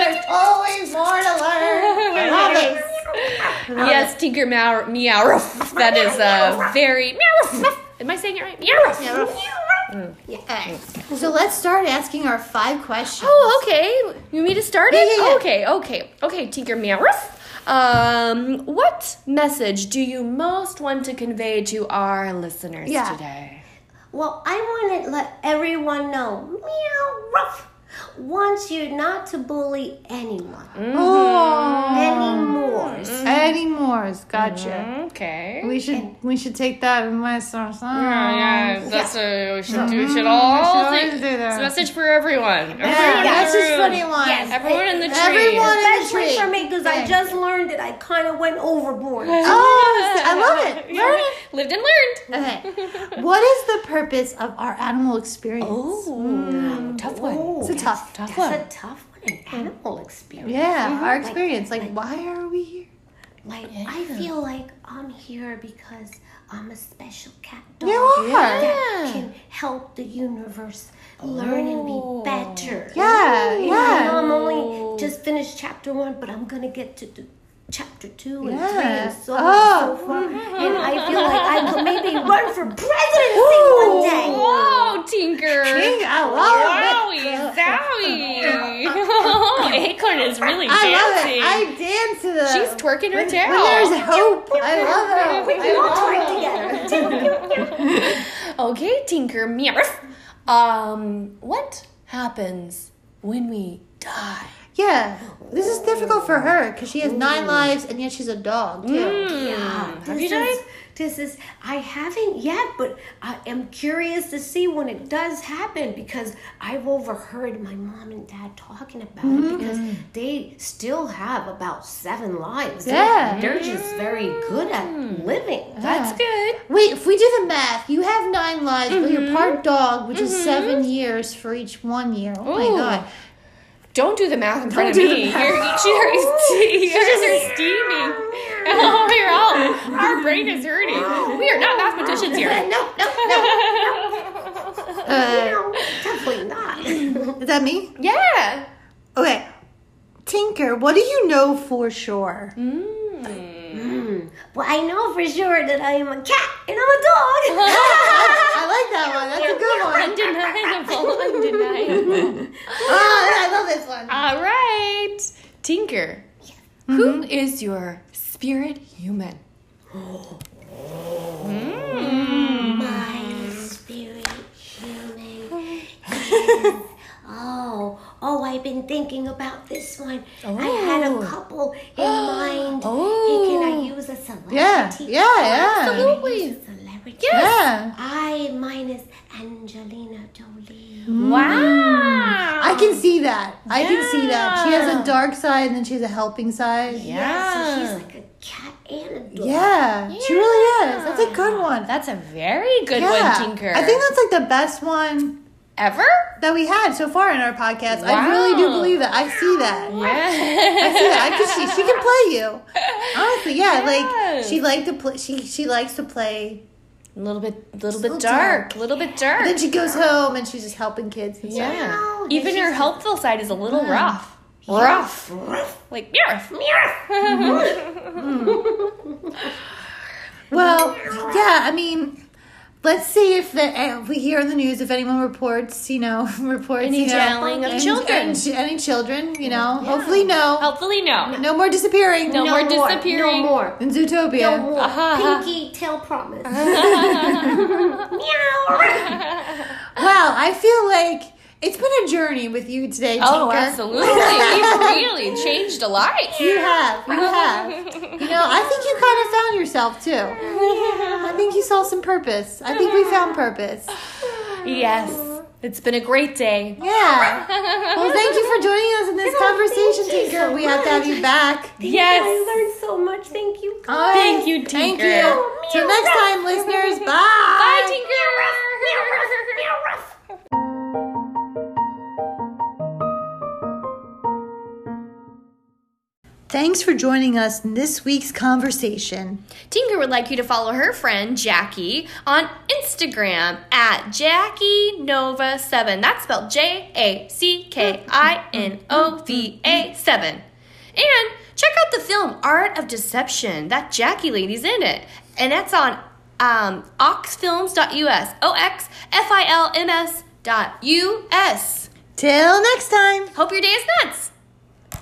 [SPEAKER 1] There's always more to
[SPEAKER 2] [LAUGHS]
[SPEAKER 1] learn. I love it.
[SPEAKER 2] Yes, Tinker Meow. meow that is [LAUGHS] uh, very. Meow. Am I saying it right? Meow.
[SPEAKER 1] Okay. So let's start asking our five questions.
[SPEAKER 2] Oh, okay. You want me to start
[SPEAKER 1] Yeah,
[SPEAKER 2] it?
[SPEAKER 1] yeah, yeah.
[SPEAKER 2] Okay, okay, okay. Tinker Meow. Um, what message do you most want to convey to our listeners
[SPEAKER 1] Yeah.
[SPEAKER 2] today?
[SPEAKER 3] Well, I want to let everyone know, meow, ruff, wants you not to bully anyone Oh, anymore.
[SPEAKER 1] Any more? Gotcha.
[SPEAKER 2] Okay. Oh,
[SPEAKER 1] We should we should take that and mess our song.
[SPEAKER 2] Mm-hmm. yeah, that's what we should do. We should all
[SPEAKER 1] Mm-hmm. always
[SPEAKER 2] think-
[SPEAKER 1] do that.
[SPEAKER 2] It's a message for everyone. Everyone in
[SPEAKER 1] Yeah, that's
[SPEAKER 2] the
[SPEAKER 1] just
[SPEAKER 2] room. [LAUGHS]
[SPEAKER 1] funny one.
[SPEAKER 3] Yes.
[SPEAKER 2] Everyone in the tree.
[SPEAKER 1] Everyone in the
[SPEAKER 3] Especially
[SPEAKER 1] tree.
[SPEAKER 3] for me, because I
[SPEAKER 1] Thanks.
[SPEAKER 3] just learned that I kind of went overboard.
[SPEAKER 1] Oh, I love it.
[SPEAKER 2] [LAUGHS] Yeah.
[SPEAKER 1] Learn it.
[SPEAKER 2] Lived and learned.
[SPEAKER 1] Okay.
[SPEAKER 2] [LAUGHS]
[SPEAKER 1] What is the purpose of our animal experience?
[SPEAKER 2] tough one.
[SPEAKER 1] It's a tough, tough one.
[SPEAKER 3] That's a tough one, an animal experience.
[SPEAKER 1] Yeah, our experience. Mm-hmm. Like, why are we here?
[SPEAKER 3] Like, I feel like I'm here because I'm a special cat dog
[SPEAKER 1] You are.
[SPEAKER 3] that can help the universe learn and be better.
[SPEAKER 1] Oh. Yeah,
[SPEAKER 3] Yeah.
[SPEAKER 1] yeah.
[SPEAKER 3] I'm only just finished chapter one, but I'm gonna get to do chapter two and three
[SPEAKER 1] Yeah.
[SPEAKER 3] and so on
[SPEAKER 1] Oh.
[SPEAKER 3] and so forth. And I feel like I could maybe run for presidency one day.
[SPEAKER 2] Whoa, Tinker.
[SPEAKER 1] Dang, I love it.
[SPEAKER 2] Wowie,
[SPEAKER 1] [LAUGHS]
[SPEAKER 2] zowie. Oh, Acorn is really
[SPEAKER 1] I love
[SPEAKER 2] dancing.
[SPEAKER 1] it. I dance to the.
[SPEAKER 2] She's twerking her tail.
[SPEAKER 1] When there's hope, I love
[SPEAKER 3] We
[SPEAKER 1] it.
[SPEAKER 3] can all try it together.
[SPEAKER 2] okay, Tinker. Meow. Um, what happens when we die?
[SPEAKER 1] Yeah, this is difficult for her because she has nine lives and yet she's a dog too.
[SPEAKER 3] Yeah,
[SPEAKER 2] Have
[SPEAKER 3] this
[SPEAKER 2] you
[SPEAKER 3] is-
[SPEAKER 2] died?
[SPEAKER 3] This is I haven't yet, but I am curious to see when it does happen because I've overheard my mom and dad talking about it because they still have about seven lives. They're-
[SPEAKER 1] Yeah.
[SPEAKER 3] they're, just very good at living.
[SPEAKER 2] That's good.
[SPEAKER 1] Wait, if we do the math, you have nine lives, but you're part dog, which is seven years for each one year. Oh
[SPEAKER 2] Ooh.
[SPEAKER 1] my [LAUGHS] god.
[SPEAKER 2] Don't do the math in front
[SPEAKER 1] do
[SPEAKER 2] of
[SPEAKER 1] the
[SPEAKER 2] me.
[SPEAKER 1] math.
[SPEAKER 2] [LAUGHS] You're, she's, she's, she's steaming.
[SPEAKER 4] we are all, our brain is hurting. We are not mathematicians
[SPEAKER 2] [LAUGHS]
[SPEAKER 4] here.
[SPEAKER 3] no, no, no,
[SPEAKER 1] Uh,
[SPEAKER 3] no, definitely not. [LAUGHS]
[SPEAKER 1] is that me?
[SPEAKER 4] Yeah.
[SPEAKER 1] Okay. Tinker, what do you know for sure?
[SPEAKER 3] well, I know for sure that I am a cat and I'm a
[SPEAKER 1] [LAUGHS]
[SPEAKER 3] dog. [LAUGHS]
[SPEAKER 1] I like that one. That's a good one.
[SPEAKER 2] [LAUGHS]
[SPEAKER 4] Undeniable.
[SPEAKER 3] [LAUGHS]
[SPEAKER 4] Undeniable.
[SPEAKER 1] Ah, I love this one.
[SPEAKER 2] All right. Tinker, who is your spirit human?
[SPEAKER 3] My spirit human. is- oh, oh, I've been thinking about this one. I had
[SPEAKER 1] Oh.
[SPEAKER 3] a couple in mind. Hey, can I use a celebrity?
[SPEAKER 1] Yeah, yeah, yeah.
[SPEAKER 3] Can I use a celebrity?
[SPEAKER 1] Yeah.
[SPEAKER 3] I minus Angelina Jolie.
[SPEAKER 4] Wow.
[SPEAKER 1] I can see that. I can see that. She has a dark side and then she has a helping side. Yeah.
[SPEAKER 3] Yeah. So she's like a cat and a dog.
[SPEAKER 1] She really is. That's a good one.
[SPEAKER 2] That's a very good
[SPEAKER 1] yeah.
[SPEAKER 2] one, Tinker.
[SPEAKER 1] I think that's like the best one
[SPEAKER 2] [LAUGHS] ever.
[SPEAKER 1] that we had so far in our podcast. I really do believe that. I see that. I see that. I can see she can play you. Honestly, yeah. Like she liked to play. She she likes to play.
[SPEAKER 2] A little bit, little bit
[SPEAKER 1] dark.
[SPEAKER 2] dark. A little bit dark.
[SPEAKER 1] Then she goes home and she's just helping kids. And stuff.
[SPEAKER 2] Yeah.
[SPEAKER 3] No, then
[SPEAKER 2] Even
[SPEAKER 3] she's
[SPEAKER 2] her
[SPEAKER 3] like,
[SPEAKER 2] helpful side is a little rough. Rough.
[SPEAKER 1] [LAUGHS]
[SPEAKER 2] Like, yeah.
[SPEAKER 1] Well, yeah, I mean, let's see if, the, eh, if we hear on the news if anyone reports, you know, [LAUGHS] reports
[SPEAKER 2] Any
[SPEAKER 1] you know,
[SPEAKER 2] jailing of
[SPEAKER 1] any-
[SPEAKER 2] children.
[SPEAKER 1] any, any children, you know. Hopefully, no,
[SPEAKER 2] Hopefully, no.
[SPEAKER 1] no more Uh-huh. disappearing.
[SPEAKER 2] No more disappearing.
[SPEAKER 3] No more.
[SPEAKER 1] in Zootopia.
[SPEAKER 3] No more. Pinky
[SPEAKER 1] [LAUGHS]
[SPEAKER 3] tail promise. [LAUGHS] Meow.
[SPEAKER 1] Wow, I feel like it's been a journey with you today,
[SPEAKER 2] Oh,
[SPEAKER 1] Tinker.
[SPEAKER 2] absolutely. You've really changed a life.
[SPEAKER 1] You have,
[SPEAKER 2] [LAUGHS]
[SPEAKER 1] you have. You know, I think you kind of found yourself too. I think you saw some purpose. I think we found purpose.
[SPEAKER 2] Yes. It's been a great day.
[SPEAKER 1] Yeah. Well, thank you for joining us in
[SPEAKER 2] [LAUGHS] Oh,
[SPEAKER 1] this conversation,
[SPEAKER 3] you
[SPEAKER 1] Tinker.
[SPEAKER 3] so
[SPEAKER 1] we have to have you back.
[SPEAKER 2] Yes.
[SPEAKER 3] I learned so much. Thank you.
[SPEAKER 1] All right.
[SPEAKER 2] Thank you,
[SPEAKER 1] Thank
[SPEAKER 2] Tinker.
[SPEAKER 1] you. Till next time, listeners. Bye. Bye,
[SPEAKER 2] Bye, Tinker.
[SPEAKER 1] Thanks for joining us in this week's conversation.
[SPEAKER 2] Tinker would like you to follow her friend Jackie on Instagram at Jackie Nova 7. That's spelled J A C K I N O V A 7. And check out the film Art of Deception. That Jackie lady's in it. And that's on um, oxfilms.us. O X F I L M S dot U S.
[SPEAKER 1] Till next time.
[SPEAKER 2] Hope your day is nuts.